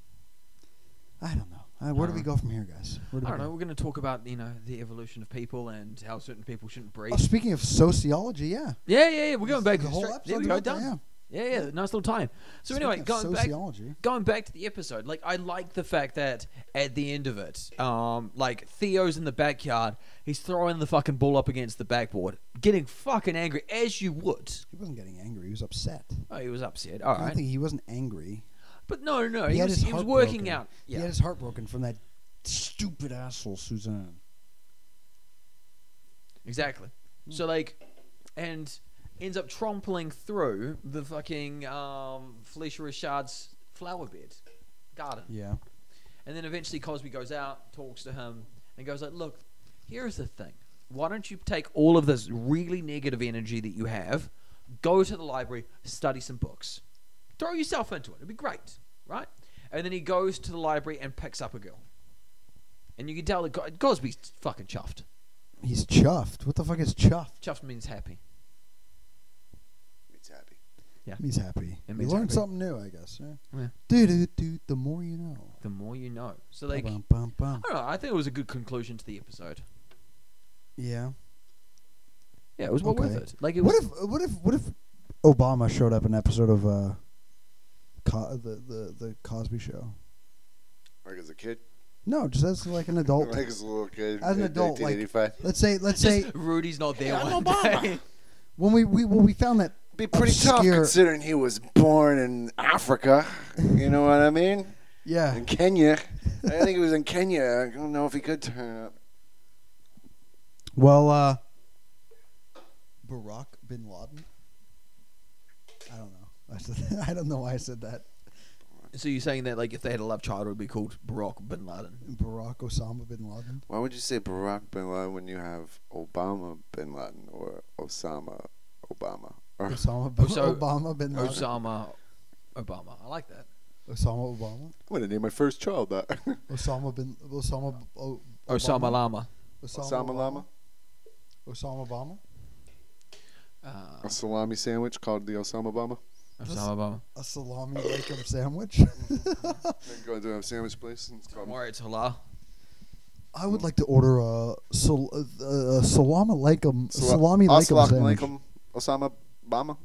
Speaker 1: I don't know. Uh, where do we
Speaker 3: Uh,
Speaker 1: go from here, guys? Where do we
Speaker 3: I don't
Speaker 1: go?
Speaker 3: know. We're going to talk about you know the evolution of people and how certain people shouldn't breathe.
Speaker 1: Oh, speaking of sociology, yeah.
Speaker 3: yeah, yeah, yeah. We're going back.
Speaker 1: The whole
Speaker 3: straight- there
Speaker 1: episode's
Speaker 3: we go.
Speaker 1: about that,
Speaker 3: Done.
Speaker 1: yeah.
Speaker 3: Yeah, yeah, nice little time. So
Speaker 1: Speaking
Speaker 3: anyway,
Speaker 1: of
Speaker 3: going back,
Speaker 1: sociology.
Speaker 3: going back to the episode, like I like the fact that at the end of it, um, like Theo's in the backyard, he's throwing the fucking ball up against the backboard, getting fucking angry as you would.
Speaker 1: He wasn't getting angry. He was upset.
Speaker 3: Oh, he was upset. All
Speaker 1: I don't
Speaker 3: right,
Speaker 1: think he wasn't angry.
Speaker 3: but no, no,
Speaker 1: he,
Speaker 3: he,
Speaker 1: had
Speaker 3: was,
Speaker 1: his
Speaker 3: he was
Speaker 1: heart
Speaker 3: working
Speaker 1: broken.
Speaker 3: out.
Speaker 1: He
Speaker 3: Yeah,
Speaker 1: had his heart broken from that stupid asshole Suzanne.
Speaker 3: exactly.
Speaker 1: Mm.
Speaker 3: So like, and ends up trompling through the fucking um, Felicia Richard's flower bed garden.
Speaker 1: Yeah.
Speaker 3: And then eventually Cosby goes out, talks to him, and goes like, "Look, here's the thing. Why don't you take all of this really negative energy that you have, go to the library, study some books, throw yourself into it. It'd be great, right?" And then he goes to the library and picks up a girl. And you can tell that Co- Cosby's fucking chuffed.
Speaker 1: He's chuffed. What the fuck is chuffed?
Speaker 3: Chuffed means happy.
Speaker 2: It's happy.
Speaker 1: He's happy. He
Speaker 3: It means
Speaker 1: learned
Speaker 3: happy.
Speaker 1: something new, I guess.
Speaker 3: Yeah.
Speaker 1: Yeah. Do do do. The more you know.
Speaker 3: The more you know. So like, I
Speaker 1: Bum, bum, bum.
Speaker 3: don't know. I think it was a good conclusion to the episode.
Speaker 1: Yeah.
Speaker 3: Yeah, it was well worth
Speaker 1: Okay.
Speaker 3: it. Like, it was,
Speaker 1: What if what if what if Obama showed up in an episode of uh, Co- the, the the Cosby Show?
Speaker 2: Like as a kid.
Speaker 1: No, just as like an adult.
Speaker 2: Like as a little kid.
Speaker 1: Oh. As an
Speaker 2: in
Speaker 1: adult, like
Speaker 2: 1985.
Speaker 1: let's say let's
Speaker 3: just
Speaker 1: say
Speaker 3: Rudy's not there
Speaker 2: I'm
Speaker 3: one
Speaker 2: Obama.
Speaker 3: day.
Speaker 1: when we we when we found that
Speaker 2: be pretty tough
Speaker 1: obscure-
Speaker 2: considering he was born in Africa. You know what I mean?
Speaker 1: Yeah,
Speaker 2: In Kenya. I think he was in Kenya. I don't know if he could turn up.
Speaker 1: Well, uh, Barack bin Laden? I don't know. I, said, I don't know why I said that.
Speaker 3: So you're saying that like if they had a love child, it would be called Barack Bin Laden.
Speaker 1: Barack Osama bin Laden.
Speaker 2: Why would you say Barack bin Laden when you have Obama bin Laden or Osama Obama? Or
Speaker 1: Osama bin
Speaker 3: Osa-
Speaker 1: Obama bin Laden.
Speaker 3: Osama, Obama. I like that.
Speaker 1: Osama Obama.
Speaker 2: I'm gonna name my first child that.
Speaker 1: Osama bin Osama. B- O,
Speaker 3: Osama
Speaker 1: Obama?
Speaker 3: Lama.
Speaker 2: Osama Lama.
Speaker 1: Osama Obama.
Speaker 3: Uh,
Speaker 2: A salami sandwich called the Osama Obama.
Speaker 3: Osama Obama.
Speaker 1: A salami Lakem sandwich.
Speaker 2: Then go into a sandwich place and it's
Speaker 3: Don't
Speaker 2: called
Speaker 3: worry, it's halal.
Speaker 1: I would like to order a sal- uh, uh, salami Lakem
Speaker 2: Sala-
Speaker 1: salami Lakem
Speaker 2: Assalamu
Speaker 1: sandwich.
Speaker 2: alaikum, Osama Obama.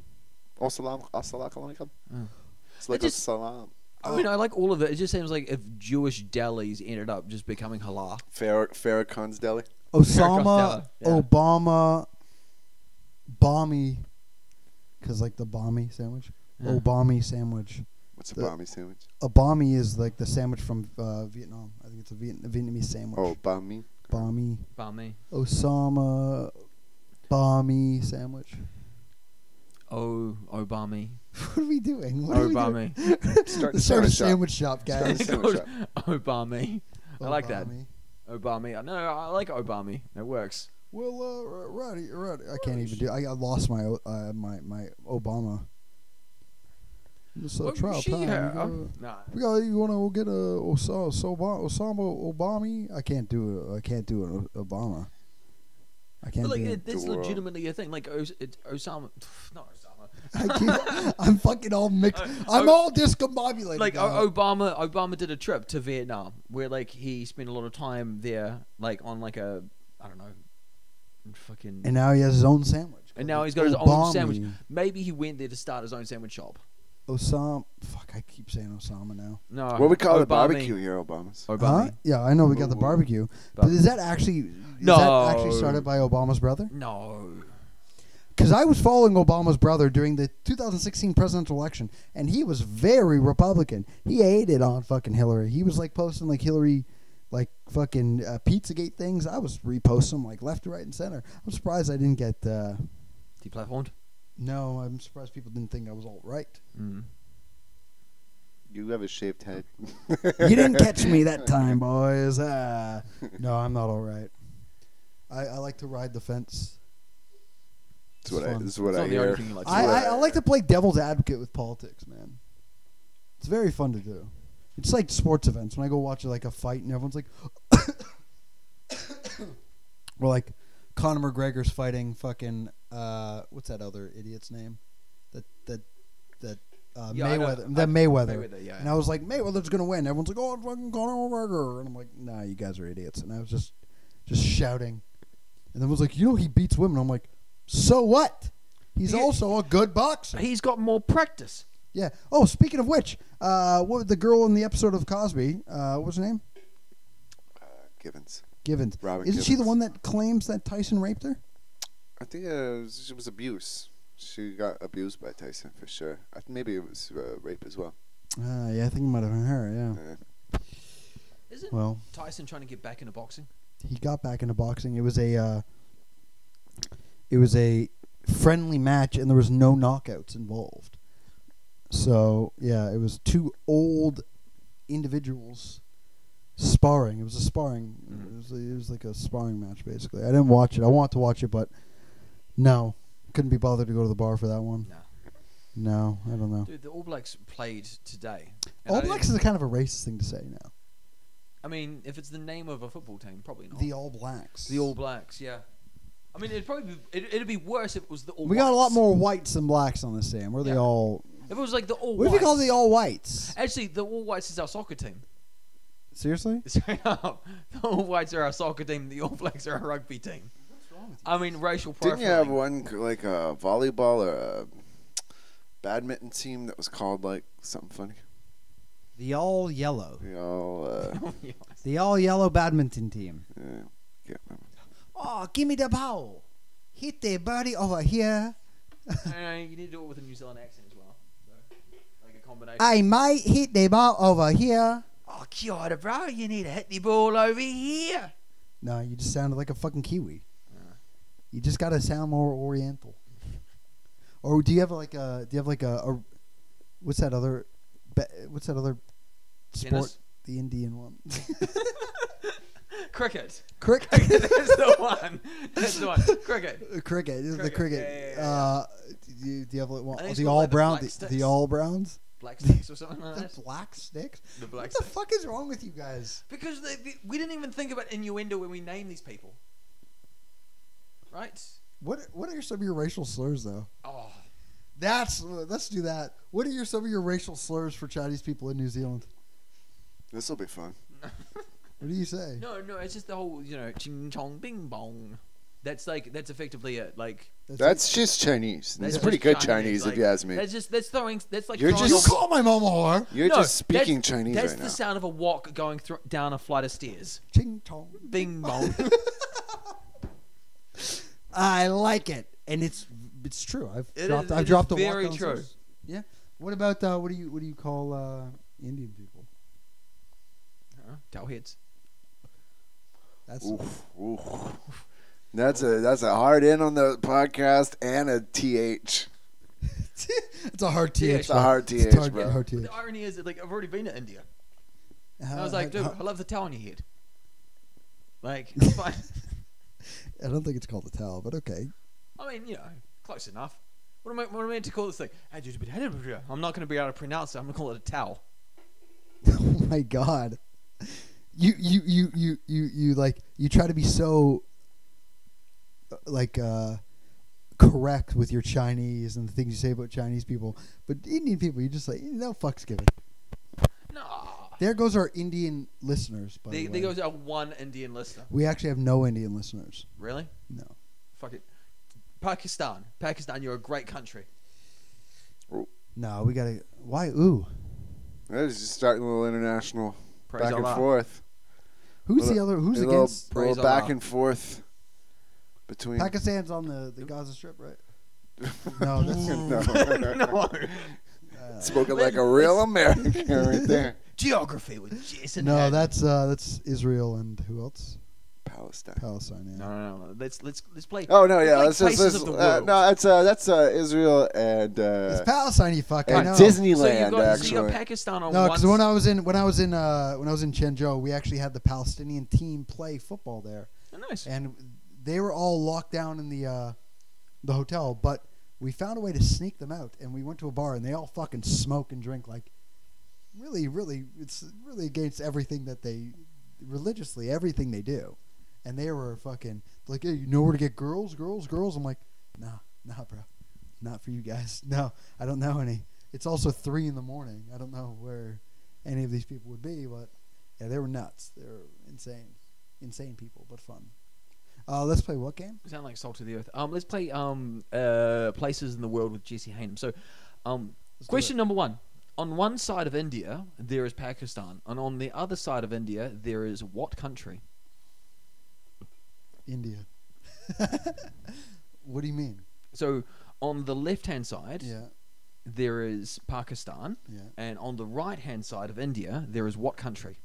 Speaker 2: Osalam Assalamu alaikum.
Speaker 3: Mm.
Speaker 2: It's like
Speaker 3: I just-
Speaker 2: a salam.
Speaker 1: Oh.
Speaker 3: I mean, I like all of it. It just seems like if Jewish delis ended up just becoming halal.
Speaker 2: Farrah Farrakhan's deli.
Speaker 1: Osama
Speaker 3: Costello, yeah.
Speaker 1: Obama Bommy, because like the Bommy sandwich.
Speaker 3: Yeah.
Speaker 1: Obami sandwich.
Speaker 2: What's a
Speaker 1: The-
Speaker 2: Bami sandwich?
Speaker 1: A Bommy is like the sandwich from uh, Vietnam. I think it's a, Viet- a Vietnamese sandwich.
Speaker 2: Oh, Bami.
Speaker 1: Bommy.
Speaker 3: Bami.
Speaker 1: Osama Bommy sandwich.
Speaker 3: Oh, Obami.
Speaker 1: What are we doing? What are we doing?
Speaker 3: Obami.
Speaker 2: Start
Speaker 1: Let's start a sandwich shop, guys.
Speaker 2: Sandwich
Speaker 3: Called
Speaker 2: shop.
Speaker 3: Obami. I like that.
Speaker 1: Obami.
Speaker 3: Obami. No, I like Obami. It works.
Speaker 1: Well, uh, r- Roddy, Roddy, I can't even do. I, I lost my O- uh, my my Obama. It's a
Speaker 3: Well,
Speaker 1: trial
Speaker 3: she,
Speaker 1: time. You
Speaker 3: her.
Speaker 1: gotta-
Speaker 3: Nah.
Speaker 1: We got you want to get a Osama, Osama Obama? I can't do it. I can't do an O- Obama. I can't
Speaker 3: But like
Speaker 1: do
Speaker 3: it,
Speaker 1: it.
Speaker 3: that's
Speaker 2: the world.
Speaker 3: legitimately a thing. Like Os- it, Osama, not Osama.
Speaker 1: I can't. I'm fucking all mixed.
Speaker 3: Uh,
Speaker 1: I'm
Speaker 3: O-
Speaker 1: all discombobulated.
Speaker 3: Like oh,
Speaker 1: now.
Speaker 3: O- Obama, Obama did a trip to Vietnam where like he spent a lot of time there, like on like a I don't know, fucking.
Speaker 1: and now he has his own sandwich.
Speaker 3: and now he's got his own
Speaker 1: Obama.
Speaker 3: sandwich. Maybe he went there to start his own sandwich shop.
Speaker 1: Osama. Fuck, I keep saying Osama now.
Speaker 3: No,
Speaker 2: What we call
Speaker 3: Oh, Obama, Oh.
Speaker 2: the barbecue here, Obama's.
Speaker 3: Obama.
Speaker 1: Huh? Yeah, I know we got the
Speaker 2: Ooh.
Speaker 1: barbecue, but is that actually? Is that actually
Speaker 3: No.
Speaker 1: started by Obama's brother?
Speaker 3: No,
Speaker 1: Because I was following Obama's brother during the 2016 presidential election, and he was very Republican. He hated on fucking Hillary. He was like posting like Hillary, like fucking uh, Pizzagate things. I was reposting them like left, right, and center. I'm surprised I didn't get. Uh,
Speaker 3: deplatformed.
Speaker 1: no, I'm surprised people didn't think I was all right.
Speaker 3: Mm.
Speaker 2: You have a shaved head.
Speaker 1: you didn't catch me that time, boys. Ah. No, I'm not all right. I, I like to ride the fence.
Speaker 2: That's what I.
Speaker 1: Fun.
Speaker 2: This is what
Speaker 3: It's
Speaker 2: I
Speaker 3: not the only
Speaker 2: hear.
Speaker 3: thing you like. to
Speaker 1: I,
Speaker 3: do.
Speaker 1: I, I like to play devil's advocate with politics, man. It's very fun to do. It's like sports events when I go watch like a fight and everyone's like, or like Conor McGregor's fighting fucking uh, what's that other idiot's name? That that that uh,
Speaker 3: Yeah, I know.
Speaker 1: Mayweather.
Speaker 3: I-
Speaker 1: That Mayweather.
Speaker 3: Mayweather, yeah.
Speaker 1: And I was like, Mayweather's gonna win. Everyone's like, oh, it's fucking Conor McGregor, and I'm like, nah, you guys are idiots. And I was just just shouting, and then was like, you know, he beats women. I'm like, so what? He's
Speaker 3: He-
Speaker 1: also a good boxer.
Speaker 3: He's got more practice.
Speaker 1: Yeah. Oh, speaking of which, uh, what the girl in the episode of Cosby, uh, what was her name?
Speaker 2: Uh, Givens.
Speaker 1: Givens.
Speaker 2: Robin
Speaker 1: Isn't she the
Speaker 2: Givens.
Speaker 1: one that claims that Tyson raped her?
Speaker 2: I think uh, it was, it was abuse. She got abused by Tyson for sure. I think maybe it was uh, rape as well.
Speaker 1: Uh, yeah, I think it might have been her.
Speaker 3: Hmm.
Speaker 1: Yeah.
Speaker 2: Uh,
Speaker 3: Isn't
Speaker 1: Well,
Speaker 3: Tyson trying to get back into boxing?
Speaker 1: he got back into boxing. It was a, uh, it was a friendly match, and there was no knockouts involved. So yeah, it was two old individuals sparring. It was a sparring. It, was it was like a sparring match, basically. I didn't watch it. I want to watch it, but no, couldn't be bothered to go to the bar for that one.
Speaker 3: No.
Speaker 1: No, I don't know.
Speaker 3: Dude, the All Blacks played today. and
Speaker 1: All
Speaker 3: I-
Speaker 1: Blacks is a kind of a racist thing to say now.
Speaker 3: I mean, if it's the name of a football team, probably not.
Speaker 1: The All Blacks.
Speaker 3: The All Blacks, yeah. I mean, it'd probably be, it, it'd be worse if it was the All.
Speaker 1: We got a lot
Speaker 3: Whites.
Speaker 1: more whites than blacks on this team. We're the
Speaker 3: Yeah.
Speaker 1: all.
Speaker 3: If it was like the All.
Speaker 1: What if you
Speaker 3: Whites.
Speaker 1: call the all whites?
Speaker 3: Actually, the All Whites is our soccer team.
Speaker 1: Seriously?
Speaker 3: Straight up, the All Whites are our soccer team. The All Blacks are our rugby team. I mean, racial profiling.
Speaker 2: Didn't you have one c- like a volleyball or a badminton team that was called like something funny?
Speaker 6: The all yellow.
Speaker 2: You know, uh,
Speaker 3: Oh, Yeah.
Speaker 6: The all yellow badminton team.
Speaker 2: yeah, can't remember.
Speaker 6: Oh, give me the ball. Hit the birdie over here.
Speaker 3: And you need to do it with a New Zealand accent as well. So, like a combination.
Speaker 6: I might hit the ball over here.
Speaker 3: oh, kia ora, bro. You need to hit the ball over here. Uh.
Speaker 1: No, you just sounded like a fucking Kiwi. You just gotta sound more Oriental. Or do you have like a? Do you have like a? a what's that other? be- What's that other sport?
Speaker 3: Tennis?
Speaker 1: The Indian one.
Speaker 3: Cricket.
Speaker 1: Cricket.
Speaker 3: That's the one. That's the one. Cricket.
Speaker 1: cricket. This is the
Speaker 3: Cricket.
Speaker 1: cricket.
Speaker 3: Yeah, yeah, yeah,
Speaker 1: Uh, do you, do you have like one, Oh,
Speaker 3: I think it's
Speaker 1: the
Speaker 3: called,
Speaker 1: all
Speaker 3: like, the
Speaker 1: brown?
Speaker 3: Black
Speaker 1: The,
Speaker 3: Sticks.
Speaker 1: the all browns.
Speaker 3: Black sticks or something like that.
Speaker 1: The black sticks.
Speaker 3: The black
Speaker 1: what the
Speaker 3: sticks.
Speaker 1: fuck is wrong with you guys?
Speaker 3: Because they, they- we didn't even think about innuendo when we named these people. Right?
Speaker 1: What What are some of your racial slurs though?
Speaker 3: Oh.
Speaker 1: That's let's do that. What are your some of your racial slurs for Chinese people in New Zealand?
Speaker 2: This will be fun.
Speaker 1: What do you say?
Speaker 3: No, no, it's just the whole, you know, ching chong bing bong. That's like, that's effectively it. Like,
Speaker 2: That's just Chinese.
Speaker 3: that's
Speaker 2: It's pretty
Speaker 3: just
Speaker 2: good Chinese,
Speaker 3: like,
Speaker 2: if you ask me.
Speaker 3: That's just, that's throwing, that's like
Speaker 2: You're
Speaker 3: throwing
Speaker 1: you
Speaker 2: just-
Speaker 1: call my mom a whore.
Speaker 2: You're
Speaker 3: No,
Speaker 2: just speaking
Speaker 3: that's,
Speaker 2: Chinese
Speaker 3: That's
Speaker 2: right
Speaker 3: the
Speaker 2: now.
Speaker 3: sound of a walk going thro- down a flight of stairs.
Speaker 1: Ching chong.
Speaker 3: Bing bong.
Speaker 1: I like it, and it's it's true. I've
Speaker 3: It
Speaker 1: dropped.
Speaker 3: is-
Speaker 1: I've
Speaker 3: it is
Speaker 1: dropped a walk
Speaker 3: very
Speaker 1: down
Speaker 3: true.
Speaker 1: stairs. Yeah. What about uh, what do you what do you call uh, Indian people?
Speaker 3: uh, towheads.
Speaker 1: That's
Speaker 2: Oof, oof. That's a that's a hard in on the podcast and a th.
Speaker 1: it's a hard th.
Speaker 2: It's a
Speaker 1: bro.
Speaker 2: hard
Speaker 1: It's
Speaker 2: th,
Speaker 1: hard-
Speaker 2: bro.
Speaker 1: hard
Speaker 3: But
Speaker 1: th.
Speaker 3: the irony is that, like, I've already been to India. And
Speaker 1: Uh,
Speaker 3: I was like, dude,
Speaker 1: uh,
Speaker 3: I love the towel on your head. Like, it's fine.
Speaker 1: I don't think it's called a towel, but okay.
Speaker 3: I mean, you know, close enough. What am I, what am I meant to call this thing? Hey, dude, but- I'm not going to be able to pronounce it. I'm going to call it a towel.
Speaker 1: oh my god you you you you you you like you try to be so uh, like uh correct with your chinese and the things you say about chinese people but indian people you just like no fucks given
Speaker 3: No.
Speaker 1: there goes our indian listeners by
Speaker 3: There,
Speaker 1: the
Speaker 3: there
Speaker 1: way.
Speaker 3: goes our one Indian listener.
Speaker 1: we actually have no indian listeners
Speaker 3: Really?
Speaker 1: no
Speaker 3: Fuck it. Pakistan. Pakistan, you're a great country.
Speaker 1: no we gotta why ooh
Speaker 2: That is just starting a little international
Speaker 3: Praise
Speaker 2: back
Speaker 3: Allah.
Speaker 2: and forth.
Speaker 1: who's the
Speaker 2: Little-
Speaker 1: other who's
Speaker 2: a little,
Speaker 1: against
Speaker 2: a little
Speaker 3: Praise
Speaker 2: back
Speaker 3: Allah.
Speaker 2: and forth between.
Speaker 1: pakistan's on the the gaza strip right no that's
Speaker 2: no,
Speaker 3: no.
Speaker 1: Uh,
Speaker 2: spoken like a real American right there.
Speaker 3: Geography with Jason.
Speaker 1: no
Speaker 3: Hadley.
Speaker 1: that's uh that's israel and who else
Speaker 2: Palestine.
Speaker 1: palestine yeah.
Speaker 3: No, no, no. Let's let's let's play.
Speaker 2: Oh no, yeah,
Speaker 3: Like
Speaker 2: that's just
Speaker 3: places
Speaker 2: that's,
Speaker 3: of the
Speaker 2: uh,
Speaker 3: world.
Speaker 2: no, that's uh, that's uh, Israel and
Speaker 1: It's
Speaker 2: uh,
Speaker 1: Palestine, you fuck. I
Speaker 2: and
Speaker 1: know.
Speaker 3: so you
Speaker 2: Disneyland
Speaker 3: got so you got
Speaker 2: actually.
Speaker 3: Pakistan on
Speaker 1: No,
Speaker 3: one.
Speaker 1: because when I was in when I was in uh, when I was in Chenzhou, we actually had the Palestinian team play football there,
Speaker 3: s- nice.
Speaker 1: and they were all locked down in the uh, the hotel. But we found a way to sneak them out, and we went to a bar, and they all fucking smoke and drink like really, really. It's really against everything that they religiously everything they do, and they were fucking like, hey, you know where to get girls, girls, girls. I'm like, nah, nah, bro, not for you guys. No, I don't know any. It's also three in the morning. I don't know where any of these people would be, but yeah, they were nuts. They were insane, insane people, but fun. Uh, let's play what game?
Speaker 3: Sound like Salt of the Earth. Um, let's play um uh places in the world with Jesse Hanem. So, um, question number one: On one side of India there is Pakistan, and on the other side of India there is what country?
Speaker 1: India. what do you mean?
Speaker 3: So, on the left-hand side
Speaker 1: Yeah,
Speaker 3: there is Pakistan,
Speaker 1: yeah.
Speaker 3: and on the right-hand side of India there is what country?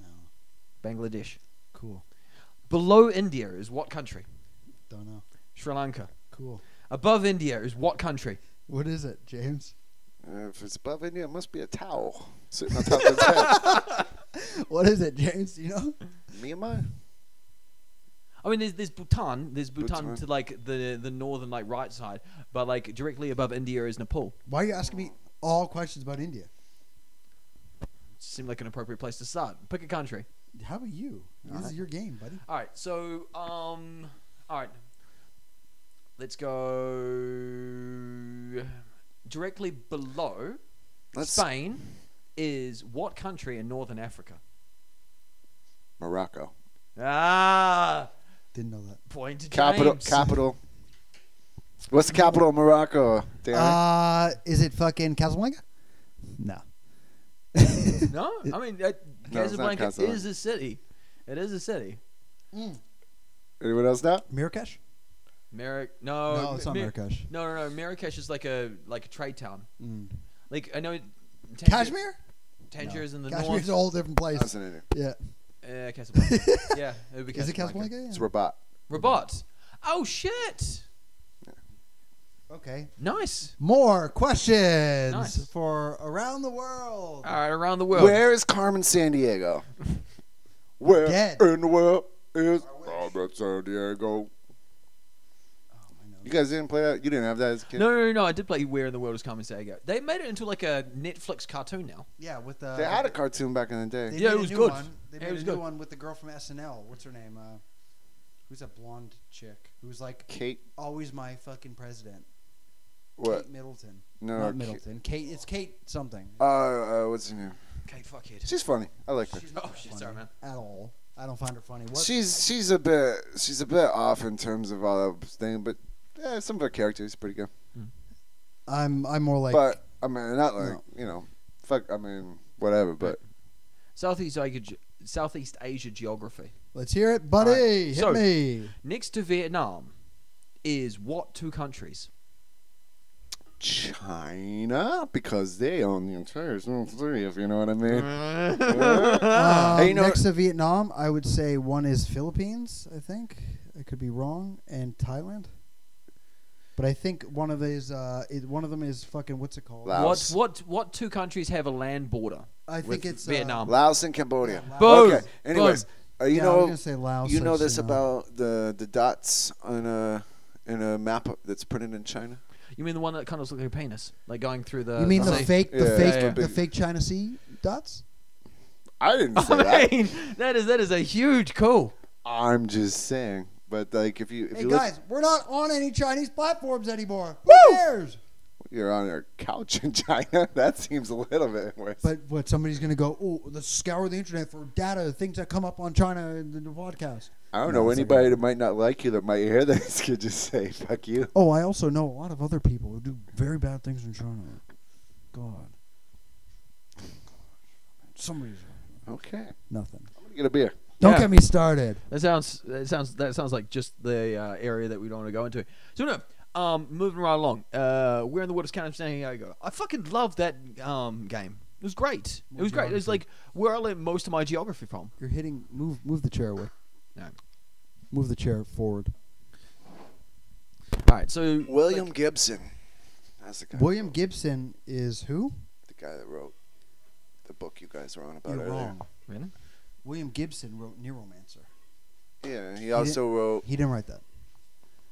Speaker 1: No,
Speaker 3: Bangladesh.
Speaker 1: cool.
Speaker 3: Below India is what country?
Speaker 1: Don't know.
Speaker 3: Sri Lanka.
Speaker 1: Cool.
Speaker 3: Above India is what country?
Speaker 1: What is it, James?
Speaker 2: Uh, if it's above India, it must be a towel sitting on top of its head.
Speaker 1: What is it, James? Do You know?
Speaker 2: Myanmar.
Speaker 3: I mean, there's there's Bhutan, there's Bhutan,
Speaker 2: Bhutan.
Speaker 3: to like the the northern like right side, but like directly above India is Nepal.
Speaker 1: Why are you asking me all questions about India?
Speaker 3: Seemed like an appropriate place to start. Pick a country.
Speaker 1: How about you? this is your game, buddy.
Speaker 3: All right, so um, all right, let's go directly below
Speaker 2: Let's
Speaker 3: Spain is what country in northern Africa?
Speaker 2: Morocco.
Speaker 3: Ah,
Speaker 1: Didn't know that.
Speaker 3: point to
Speaker 2: Capital.
Speaker 3: James.
Speaker 2: Capital. What's the capital of Morocco, Danny?
Speaker 1: Uh, is it fucking Casablanca? No.
Speaker 3: No, I mean uh,
Speaker 2: No, it's not
Speaker 3: Casablanca
Speaker 2: Casablanca.
Speaker 3: is a city. It is a city.
Speaker 2: Anyone else know?
Speaker 1: Marrakesh?
Speaker 3: Merrick. No,
Speaker 1: no, it's not
Speaker 3: Mar-
Speaker 1: Marrakesh.
Speaker 3: No, no, no. Marrakesh is like a like a trade town.
Speaker 1: Mm.
Speaker 3: Like I know. it- Tangier,
Speaker 1: Kashmir?
Speaker 3: Tangier is in the
Speaker 1: Kashmir's a
Speaker 3: north.
Speaker 1: whole different place.
Speaker 2: That's an idiot.
Speaker 1: Yeah.
Speaker 3: Uh, Casablanca. yeah, it would be
Speaker 1: Is it Casablanca?
Speaker 2: It's
Speaker 1: Yeah.
Speaker 2: Rabat.
Speaker 3: Robot. Oh shit!
Speaker 1: Okay.
Speaker 3: Nice.
Speaker 1: More questions
Speaker 3: Nice.
Speaker 1: for around the world.
Speaker 2: Uh,
Speaker 3: All right, around the world.
Speaker 2: Where is Carmen San Diego? Where
Speaker 1: Dead.
Speaker 2: in the world is Carmen San Diego?
Speaker 1: Oh,
Speaker 2: You guys didn't play that? You didn't have that as a kid?
Speaker 3: No, no, no, no. I did play Where in the World is Carmen Sandiego. They made it into like a Netflix cartoon now.
Speaker 1: Yeah, with the
Speaker 2: They had a cartoon back in the
Speaker 1: they
Speaker 2: day.
Speaker 3: Yeah,
Speaker 1: made
Speaker 3: it
Speaker 1: a
Speaker 3: was
Speaker 1: new
Speaker 3: good.
Speaker 1: One. They
Speaker 3: It
Speaker 1: made
Speaker 3: was
Speaker 1: a
Speaker 3: good.
Speaker 1: new one with the girl from SNL. What's her name? Uh, who's that blonde chick who's like
Speaker 2: Kate,
Speaker 1: always my fucking president?
Speaker 2: what?
Speaker 1: Kate Middleton.
Speaker 2: No,
Speaker 1: Not
Speaker 2: Kate-
Speaker 1: Middleton. Kate. It's Kate something.
Speaker 2: Uh, uh, what's her name?
Speaker 3: Okay, fuckhead.
Speaker 2: She's funny. I like her.
Speaker 1: She's
Speaker 3: Oh
Speaker 1: not
Speaker 3: shit,
Speaker 1: funny
Speaker 3: sorry man.
Speaker 1: at all. I don't find her funny. What?
Speaker 2: She's she's a bit she's a bit off in terms of all that thing, but eh, some of her characters are pretty good.
Speaker 1: I'm I'm more like
Speaker 2: but I mean, not like
Speaker 1: No.
Speaker 2: you know, fuck. I mean, whatever. But
Speaker 3: Southeast Asia, ge- Southeast Asia geography.
Speaker 1: let's hear it, buddy.
Speaker 3: Alright,
Speaker 1: Hit
Speaker 3: so-
Speaker 1: me.
Speaker 3: Next to Vietnam is what two countries?
Speaker 2: China, because they own the entire South Sea, if you know what I mean.
Speaker 1: Um,
Speaker 2: Hey, you know
Speaker 1: next to Vietnam, I would say one is Philippines. I think I could be wrong, and Thailand. But I think one of these, uh, it, one of them is fucking what's it called?
Speaker 2: Laos.
Speaker 3: What what what two countries have a land border?
Speaker 1: I think
Speaker 2: With
Speaker 1: it's uh,
Speaker 3: Vietnam.
Speaker 2: Laos and Cambodia.
Speaker 1: Yeah,
Speaker 3: Laos.
Speaker 2: Okay.
Speaker 3: Boom.
Speaker 2: Anyways, uh, you
Speaker 1: yeah, I was
Speaker 2: know,
Speaker 1: gonna say Laos.
Speaker 2: you know
Speaker 1: I've
Speaker 2: this
Speaker 1: seen
Speaker 2: about the the dots on a in a map that's printed in China.
Speaker 3: You mean the one that kind of looks like a penis, like going through the?
Speaker 1: that. You mean the
Speaker 3: sea?
Speaker 1: fake, the
Speaker 2: Yeah,
Speaker 1: fake,
Speaker 3: yeah, yeah.
Speaker 1: the fake China Sea dots?
Speaker 2: I didn't say
Speaker 3: I
Speaker 2: that.
Speaker 3: mean, that is that is a huge cool.
Speaker 2: I'm just saying. But like, if you if
Speaker 1: Hey
Speaker 2: you
Speaker 1: guys,
Speaker 2: look,
Speaker 1: we're not on any Chinese platforms anymore. Who cares?
Speaker 2: you're on a couch in China. That seems a little bit worse.
Speaker 1: But what somebody's gonna go? Oh, let's scour the internet for data, things that come up on China in the podcast.
Speaker 2: I don't
Speaker 1: No,
Speaker 2: know
Speaker 1: it's
Speaker 2: anybody
Speaker 1: okay.
Speaker 2: that might not like you that might hear this could just say fuck you.
Speaker 1: Oh, I also know a lot of other people who do very bad things in China. God. Somebody's
Speaker 2: Okay, I'm
Speaker 1: nothing.
Speaker 2: gonna get a beer.
Speaker 1: Don't
Speaker 3: Yeah.
Speaker 1: get me started.
Speaker 3: That sounds that sounds that sounds like just the uh, area that we don't want to go into. So no, um, moving right along. Uh, we're in the waters kind of San Diego. I fucking love that um game. It was great. It was great. It was like where I learned most of my geography from.
Speaker 1: You're hitting. Move, move the chair away.
Speaker 3: No.
Speaker 1: Move the chair forward.
Speaker 3: All right, so
Speaker 2: William Gibson. That's the guy.
Speaker 1: William Gibson is who?
Speaker 2: the guy that wrote the book you guys were on about
Speaker 1: You're
Speaker 2: earlier.
Speaker 1: wrong.
Speaker 3: Really?
Speaker 1: William Gibson wrote Neuromancer.
Speaker 2: Yeah, he also wrote.
Speaker 1: He didn't write that.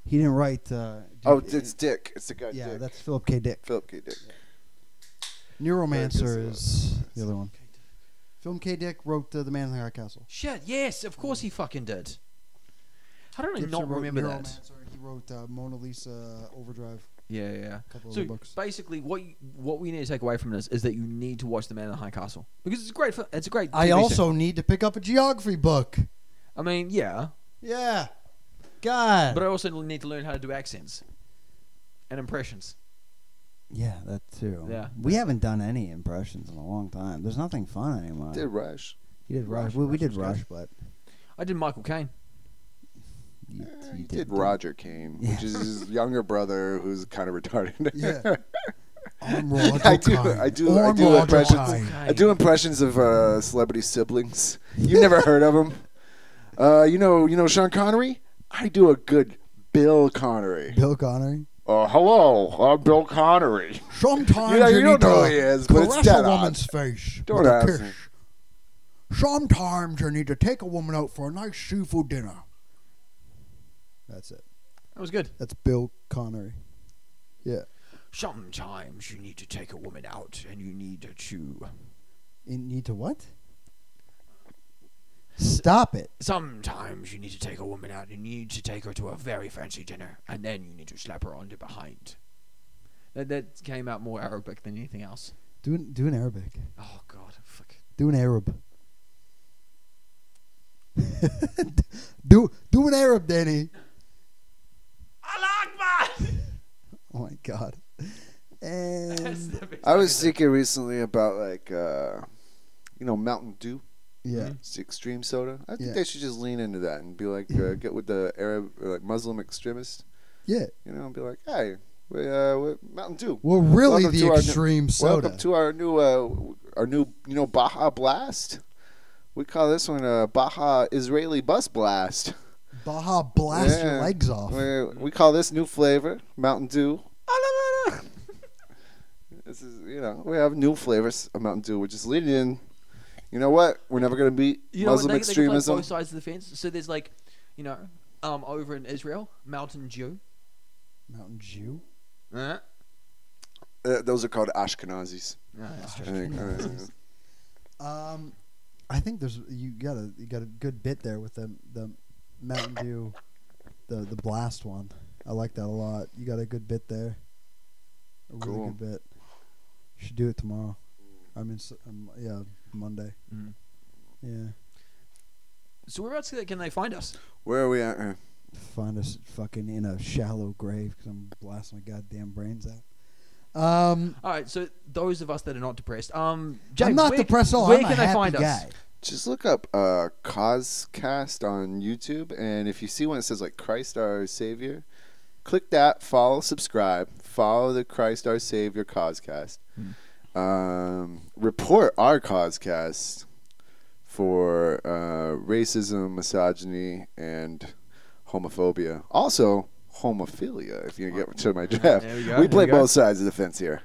Speaker 1: He didn't write. Uh, Dick-
Speaker 2: Oh, it's Dick. It's the guy.
Speaker 1: yeah,
Speaker 2: Dick.
Speaker 1: that's Philip K. Dick.
Speaker 2: Philip K. Dick.
Speaker 1: Neuromancer
Speaker 2: Dick is
Speaker 1: is the other one. Philip K. Dick wrote uh, The Man in the High Castle.
Speaker 3: shit. Yes, of course he fucking did. How do I
Speaker 1: Gibson
Speaker 3: not
Speaker 1: wrote
Speaker 3: remember that?
Speaker 1: Neuromancer. He wrote uh, Mona Lisa uh, Overdrive.
Speaker 3: Yeah, yeah, yeah.
Speaker 1: Couple
Speaker 3: so
Speaker 1: other books.
Speaker 3: basically, what you, what we need to take away from this is that you need to watch The Man in the High Castle because it's a great. fi- It's a great.
Speaker 1: I
Speaker 3: TV
Speaker 1: also
Speaker 3: show.
Speaker 1: need to pick up a geography book.
Speaker 3: I mean, yeah,
Speaker 1: Yeah. God.
Speaker 2: uh,
Speaker 3: but I also need to learn how to do accents and impressions.
Speaker 6: Yeah, that too.
Speaker 3: Yeah.
Speaker 6: We haven't done any impressions in a long time. There's nothing fun anymore.
Speaker 2: Did Rush.
Speaker 6: you did Rush.
Speaker 3: Rush-
Speaker 6: we, we
Speaker 3: Rush
Speaker 6: did
Speaker 3: was good.
Speaker 6: Rush, but
Speaker 3: I did Michael Caine.
Speaker 6: you,
Speaker 2: Eh,
Speaker 6: you
Speaker 2: He did Roger Kane, which is his younger brother who's kind of retarded.
Speaker 1: Yeah. I'm
Speaker 2: I do, I do, I
Speaker 1: I'm
Speaker 2: do
Speaker 1: Roger
Speaker 2: impressions.
Speaker 1: Kine.
Speaker 2: I do impressions of uh, celebrity siblings. You never heard of him? Uh, you know, you know Sean Connery. I do a good Bill Connery.
Speaker 1: Bill Connery.
Speaker 2: Uh, hello, I'm Bill Connery.
Speaker 1: Sometimes
Speaker 2: You know- you don't
Speaker 1: need
Speaker 2: know
Speaker 1: to
Speaker 2: who he is, but it's
Speaker 1: caress
Speaker 2: dead
Speaker 1: a
Speaker 2: on.
Speaker 1: woman's face
Speaker 2: Don't
Speaker 1: with a
Speaker 2: ask
Speaker 1: kiss.
Speaker 2: me.
Speaker 1: Sometimes you need to take a woman out for a nice seafood dinner. That's it.
Speaker 3: That was good.
Speaker 1: That's Bill Connery. Yeah.
Speaker 3: Sometimes you need to take a woman out and you need to chew.
Speaker 1: You need to what? Stop it.
Speaker 3: Sometimes you need to take a woman out and you need to take her to a very fancy dinner and then you need to slap her on the behind. That, that came out more Arabic than anything else.
Speaker 1: Do an, do an Arabic.
Speaker 3: Oh, God. Fuck.
Speaker 1: Do an Arab. do do an Arab, Danny. Oh my God. And
Speaker 2: I was thinking recently about like, uh, you know, Mountain Dew.
Speaker 1: yeah,
Speaker 2: It's extreme soda. I think
Speaker 1: Yeah.
Speaker 2: they should just lean into that and be like, uh, get with the Arab, or like Muslim extremists,
Speaker 1: yeah.
Speaker 2: you know, and be like, hey, we, uh, we Mountain Dew.
Speaker 1: We're really
Speaker 2: Welcome to
Speaker 1: the
Speaker 2: our new-
Speaker 1: extreme soda.
Speaker 2: Welcome to our new, uh, our new, you know, uh, Baja Blast. We call this one a Baja Israeli Bus Blast.
Speaker 1: Baja blast your
Speaker 2: Yeah.
Speaker 1: legs off.
Speaker 2: We, we call this new flavor Mountain Dew. Ah, this is you know we have new flavors of Mountain Dew, which is leading in. You know what? We're never gonna beat
Speaker 3: You know,
Speaker 2: Muslim
Speaker 3: they, They can play
Speaker 2: extremism.
Speaker 3: both sides of the fence. So there's like, you know, um, over in Israel, Mountain Jew.
Speaker 1: Mountain Jew.
Speaker 2: Uh-huh.
Speaker 3: Uh,
Speaker 2: uh, those are called Ashkenazis.
Speaker 3: that's
Speaker 2: I
Speaker 3: true.
Speaker 2: think, uh,
Speaker 1: Um, I think there's you got a you got a good bit there with the the Mountain Dew, the the blast one. I like that a lot. You got a good bit there. A really
Speaker 2: Cool.
Speaker 1: good bit. Should do it tomorrow. I mean, s- um, yeah, Monday.
Speaker 3: Mm.
Speaker 1: Yeah.
Speaker 3: So whereabouts can they find us?
Speaker 2: where are we at? here?
Speaker 1: find us fucking in a shallow grave because I'm blasting my goddamn brains out. Um,
Speaker 3: All right, so those of us that are not depressed, um, James,
Speaker 1: I'm not
Speaker 3: where,
Speaker 1: depressed at all.
Speaker 3: Where
Speaker 1: I'm a
Speaker 3: can they
Speaker 1: happy
Speaker 3: find
Speaker 1: guy.
Speaker 3: us?
Speaker 2: Just look up uh, Causecast on YouTube, and if you see one that says like Christ our Savior, click that, follow, subscribe, follow the Christ our Savior Causecast.
Speaker 3: Hmm.
Speaker 2: Um, report our Causecast for uh, racism, misogyny, and homophobia. Also, homophilia, if you get to my draft.
Speaker 3: There we go,
Speaker 2: we,
Speaker 3: there
Speaker 2: play
Speaker 3: we go. Hmm.
Speaker 2: both sides of the fence here.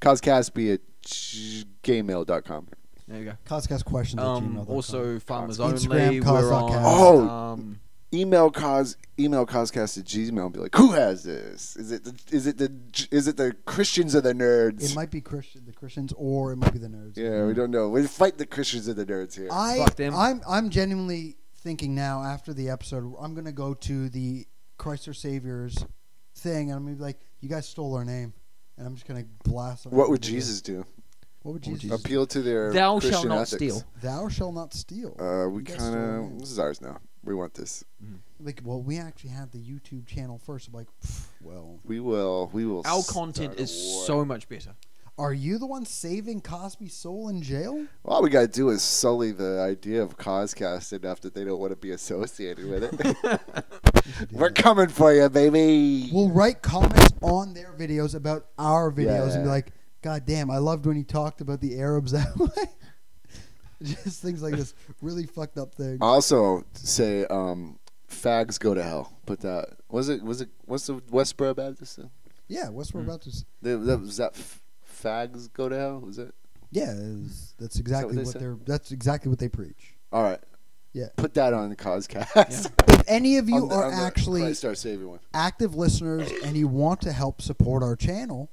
Speaker 2: Causecast be at g- gmail.com.
Speaker 3: There you go.
Speaker 1: Coscast questions at
Speaker 3: Um,
Speaker 1: gmail.com.
Speaker 3: also, farmers
Speaker 1: Instagram,
Speaker 3: only. We're on.
Speaker 1: Cosmocast.
Speaker 2: Oh.
Speaker 3: um,
Speaker 2: email cause email causecast at gmail and be like who has this is it the, is it the is it the christians or the nerds
Speaker 1: it might be Christian, the Christians, or it might be the nerds.
Speaker 2: yeah we don't know we fight the christians or the nerds here
Speaker 1: I,
Speaker 3: Fuck them.
Speaker 1: I'm, I'm genuinely thinking now after the episode, I'm gonna go to the Christ our Saviors thing, and I'm gonna be like, "You guys stole our name," and I'm just gonna blast. them.
Speaker 2: what would jesus do
Speaker 1: What would Jesus? do?
Speaker 2: appeal to their
Speaker 3: Thou
Speaker 2: christian
Speaker 3: shall not
Speaker 2: ethics.
Speaker 3: steal.
Speaker 1: Thou shall not steal.
Speaker 2: uh we
Speaker 1: You guys stole our
Speaker 2: kind
Speaker 1: name.
Speaker 2: of this is ours now we want this
Speaker 1: like. Well, we actually had the YouTube channel first. I'm like, pff, well,
Speaker 2: we will we will
Speaker 3: Our
Speaker 2: start
Speaker 3: content
Speaker 2: a
Speaker 3: is
Speaker 2: war.
Speaker 3: so much better.
Speaker 1: Are you the one saving Cosby's soul in jail?
Speaker 2: all we gotta do is sully the idea of causecast enough that they don't want to be associated with it we're coming for you baby
Speaker 1: We'll write comments on their videos about our videos and be
Speaker 2: Yeah.
Speaker 1: like, God damn, I loved when he talked about the Arabs that way. Just things like this. Really fucked up thing.
Speaker 2: Also, say um, fags go to hell. Put that. Was it? Was it? What's the Westboro Baptist? thing?
Speaker 1: yeah, what's
Speaker 2: Hmm.
Speaker 1: we're about to. s-
Speaker 2: The- that- Was that f- fags go to hell? Was it?
Speaker 1: Yeah, is- that's exactly
Speaker 2: they
Speaker 1: what,
Speaker 2: said?
Speaker 1: they're. That's exactly what they preach.
Speaker 2: All right.
Speaker 1: Yeah.
Speaker 2: Put that on the Coscast.
Speaker 1: If any of you
Speaker 2: On the-
Speaker 1: are
Speaker 2: on the
Speaker 1: actually
Speaker 2: Christ our Savior one.
Speaker 1: active listeners and you want to help support our channel,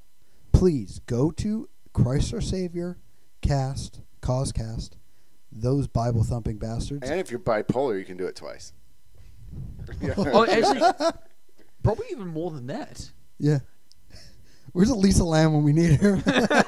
Speaker 1: please go to Christ our Savior, Cast, Causecast, those Bible thumping bastards.
Speaker 2: And if you're bipolar, you can do it twice.
Speaker 3: Oh, actually, probably even more than that.
Speaker 1: Yeah. Where's Elisa Lamb when we need her?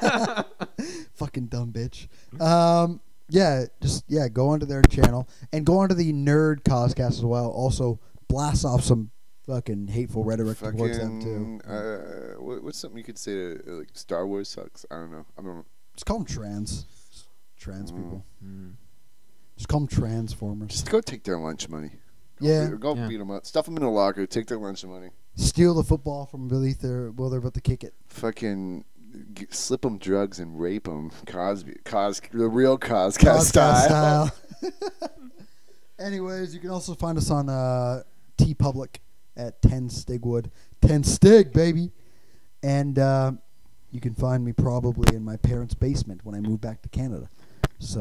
Speaker 1: Fucking dumb bitch. Um, yeah, just yeah, go onto their channel and go onto the Nerd Coscast as well. Also, blast off some fucking hateful rhetoric towards them
Speaker 2: Fucking.
Speaker 1: too.
Speaker 2: Uh, what, what's something you could say to uh, like Star Wars sucks? I don't know. I don't.
Speaker 1: Just call them trans, trans people.
Speaker 2: Hmm.
Speaker 1: Just call them transformers.
Speaker 2: Mm. Just go take their lunch money. Go
Speaker 1: Yeah.
Speaker 2: beat- Go
Speaker 3: Yeah.
Speaker 2: beat them up. Stuff them in a locker. Take their lunch money.
Speaker 1: steal the football from beneath their while they're about to kick it.
Speaker 2: fucking g- slip them drugs and rape them. Cosby, Cos, the real Coscast style.
Speaker 1: Podcast style. Anyways, you can also find us on uh, T Public at Ten Stigwood, Ten Stig baby, and uh, you can find me probably in my parents' basement when I move back to Canada.